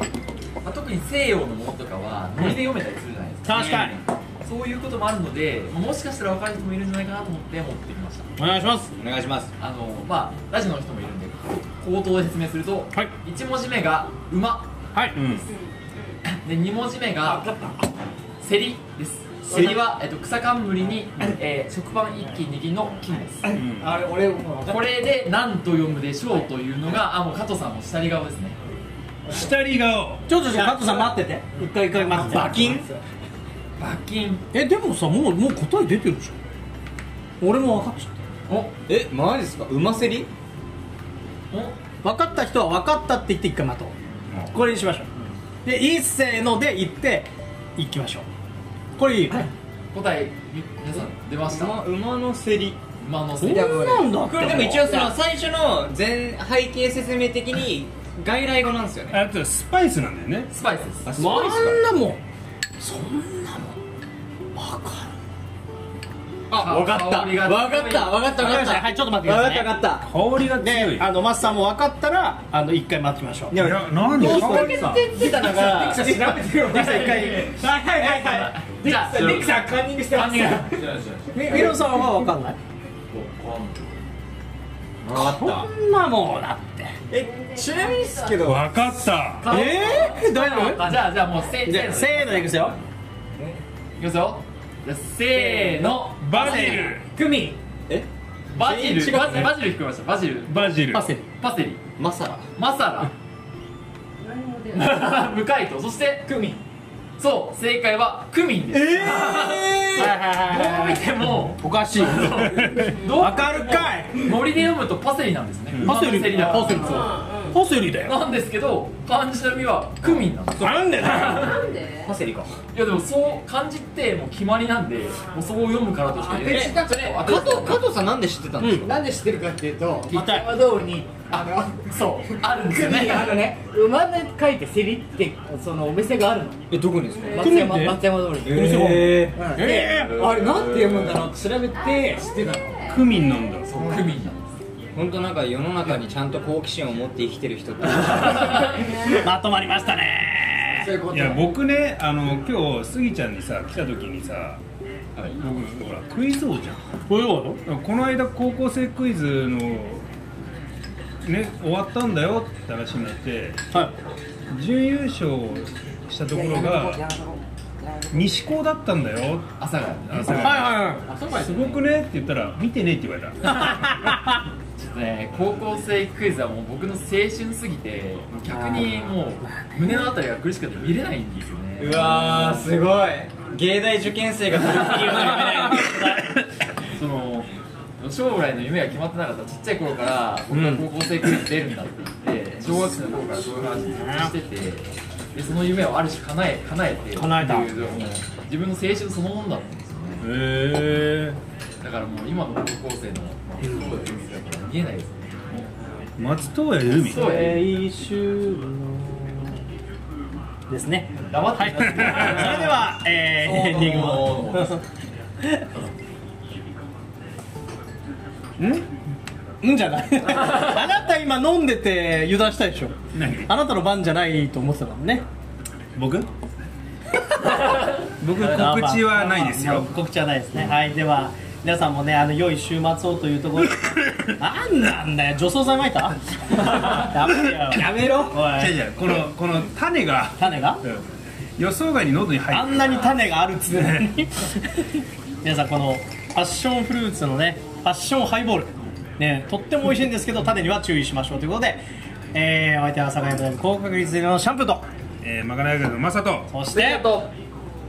Speaker 2: まあ、特に西洋のものとかはノリで読めたりするじゃないですか
Speaker 1: 確かに
Speaker 2: そういうこともあるので、まあもしかしたら分かる人もいるんじゃないかなと思って持ってきました
Speaker 1: お願いします
Speaker 3: お願いします。
Speaker 2: あのまあラジオの人もいるんで口頭で説明すると、
Speaker 1: はい
Speaker 2: 1文字目が「馬」
Speaker 1: はい
Speaker 5: うん
Speaker 2: で2文字目がセリですセリは、えっと、草冠に、えー食パン一斤二斤の金です
Speaker 4: あれ俺もう分かっ
Speaker 2: これで何と読むでしょうというのがあもう加藤さんの下り顔ですね
Speaker 5: 下り顔
Speaker 1: ちょっとじゃあ加藤さん待ってて一回一回待ってて馬金
Speaker 2: 罰金
Speaker 1: えでもさもうもう答え出てるでしょ俺も分かっちゃっ
Speaker 2: お
Speaker 9: えマジですか馬競り
Speaker 1: た分かった人は分かったって言って一回待とうこれにしましょうでいっせーので言っていきましょうこれいいよね
Speaker 2: 答えみ皆さん出ました
Speaker 9: 馬馬の競り
Speaker 2: 馬の
Speaker 1: そ
Speaker 2: せ
Speaker 1: ん
Speaker 2: り
Speaker 1: なんだ
Speaker 3: これでも一応その最初の前背景説明的に外来語なんですよね
Speaker 5: あとスパイスなんだよね
Speaker 2: スパイスです
Speaker 9: あ
Speaker 1: あ
Speaker 9: そうですか
Speaker 1: んなもんそんなもん分か
Speaker 2: あ
Speaker 1: 分かった
Speaker 2: 香りが
Speaker 1: 分かった分かった分かったはいちょっと待ってください分かった分かっ
Speaker 5: 香りが
Speaker 1: た
Speaker 5: 強
Speaker 1: で
Speaker 5: い
Speaker 1: あのマスさんも分かったらあの一回待ちましょう
Speaker 5: いや何
Speaker 1: もう
Speaker 5: 香りさ
Speaker 1: 出たのが調べてよ一回
Speaker 4: はいはいはい
Speaker 2: じゃあ
Speaker 9: リク
Speaker 2: さんカンニングしてます
Speaker 9: 知らない知らない
Speaker 1: みみろさんは分かんない
Speaker 9: 分か
Speaker 1: そんなもんだって
Speaker 6: えちなみにですけど
Speaker 5: 分かった
Speaker 1: えー、大丈夫
Speaker 2: じゃあじゃあもうせ
Speaker 1: じゃあせーのでいくですよ
Speaker 2: いきますよじゃあせーの
Speaker 5: バジル
Speaker 4: クミン
Speaker 2: バジ
Speaker 1: 違
Speaker 2: ル
Speaker 1: う
Speaker 2: バジルバジル聞こえましたバジル
Speaker 5: バジル
Speaker 1: パセリ
Speaker 2: パセリ
Speaker 1: マサラ
Speaker 2: マサ
Speaker 6: 何も出な い
Speaker 2: ラ無回答そして
Speaker 4: クミン
Speaker 2: そう正解はクミンですえー、どう見て も
Speaker 1: おかしい
Speaker 2: どう
Speaker 1: わかるかい
Speaker 2: 森で読むとパセリなんですね
Speaker 1: パセリ
Speaker 2: 馬のだ
Speaker 1: パセリ
Speaker 2: そう
Speaker 1: パセリだよ
Speaker 2: なんですけど漢字の意味はクミンなんです
Speaker 1: なんでだよ
Speaker 6: なんで
Speaker 3: パセリか
Speaker 2: いやでもそう漢字ってもう決まりなんでもうそう読むからとしか言えない
Speaker 4: 当て
Speaker 2: 加
Speaker 3: 加藤加藤さんなんで知ってたんですか
Speaker 4: なんで知ってるかっていうと
Speaker 1: 聞きたい
Speaker 4: 頭通りにあの
Speaker 2: そうあるんですよ
Speaker 4: クミ
Speaker 2: ね
Speaker 4: ンあのね馬で書いてセリってそのお店があるの
Speaker 3: えどこにですか
Speaker 4: 松山松山通りに、
Speaker 3: え
Speaker 4: うんであれなんて読むんだろうって調べて知ってたの
Speaker 5: クミンなんだ
Speaker 2: そうクミンなんです
Speaker 3: 本当なんか世の中にちゃんと好奇心を持って生きてる人 って
Speaker 1: まとまりましたね
Speaker 4: そういうこと
Speaker 5: いや僕ねあの今日スギちゃんにさ来た時にさ僕ほらクイズ王じゃん
Speaker 1: こういうこと
Speaker 5: この間高校生クイズのね終わったんだよって話になって
Speaker 1: はい
Speaker 5: 準優勝したところが西高だったんだよ
Speaker 2: 朝が
Speaker 5: 朝がすごくねって言ったら見てねって言われた
Speaker 2: ちょっとね高校生クイズはもう僕の青春すぎて逆にもう胸のあたりが苦しくて見れないんですよね
Speaker 3: わーすごい芸大受験生がそれ好きになる
Speaker 2: その将来の夢が決まってなかったちっちゃい頃から僕は高校生クイズ出るんだって言って、小学生の頃からそういう話ずっとしててでその夢をある種叶え叶えて
Speaker 1: 叶えた
Speaker 2: っていうもう自分の青春そのものだったんですよね
Speaker 5: へえ
Speaker 2: だからもう今の高校生の、まあ、そういう意味だから見えないですね
Speaker 5: 松任谷由実
Speaker 2: そうね
Speaker 1: 青春のですね
Speaker 2: 黙って
Speaker 1: はいそれではえー、エンディングをんんじゃない あなた今飲んでて油断したでしょ
Speaker 5: 何
Speaker 1: あなたの番じゃないと思ってたもんね
Speaker 5: 僕僕告知はないですよ
Speaker 1: 告知はないですね、はいでは皆さんもねあの良い週末をというところ でなんなんだよ除草剤まいたダメだよやめろ
Speaker 5: じゃじゃこのこの種が
Speaker 1: 種が
Speaker 5: うん予想外に喉に入
Speaker 1: あ
Speaker 5: る
Speaker 1: んなに種があるっつうの に皆さんこのパッションフルーツのねパッションハイボールねとっても美味しいんですけど種には注意しましょうということで、えー、お相手は酒井大学高確率のシャンプーと
Speaker 5: えー、まかない学のマサト
Speaker 1: そして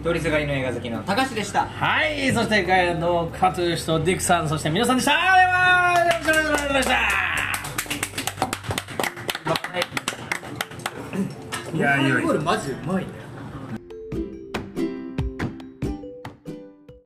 Speaker 3: 通りすがりの映画好きの高橋でした
Speaker 1: はいそしてガイドカトゥーシとディクさんそして皆さんでしたではよろしくお願いしました
Speaker 5: いやいよいよ
Speaker 4: マジうまいね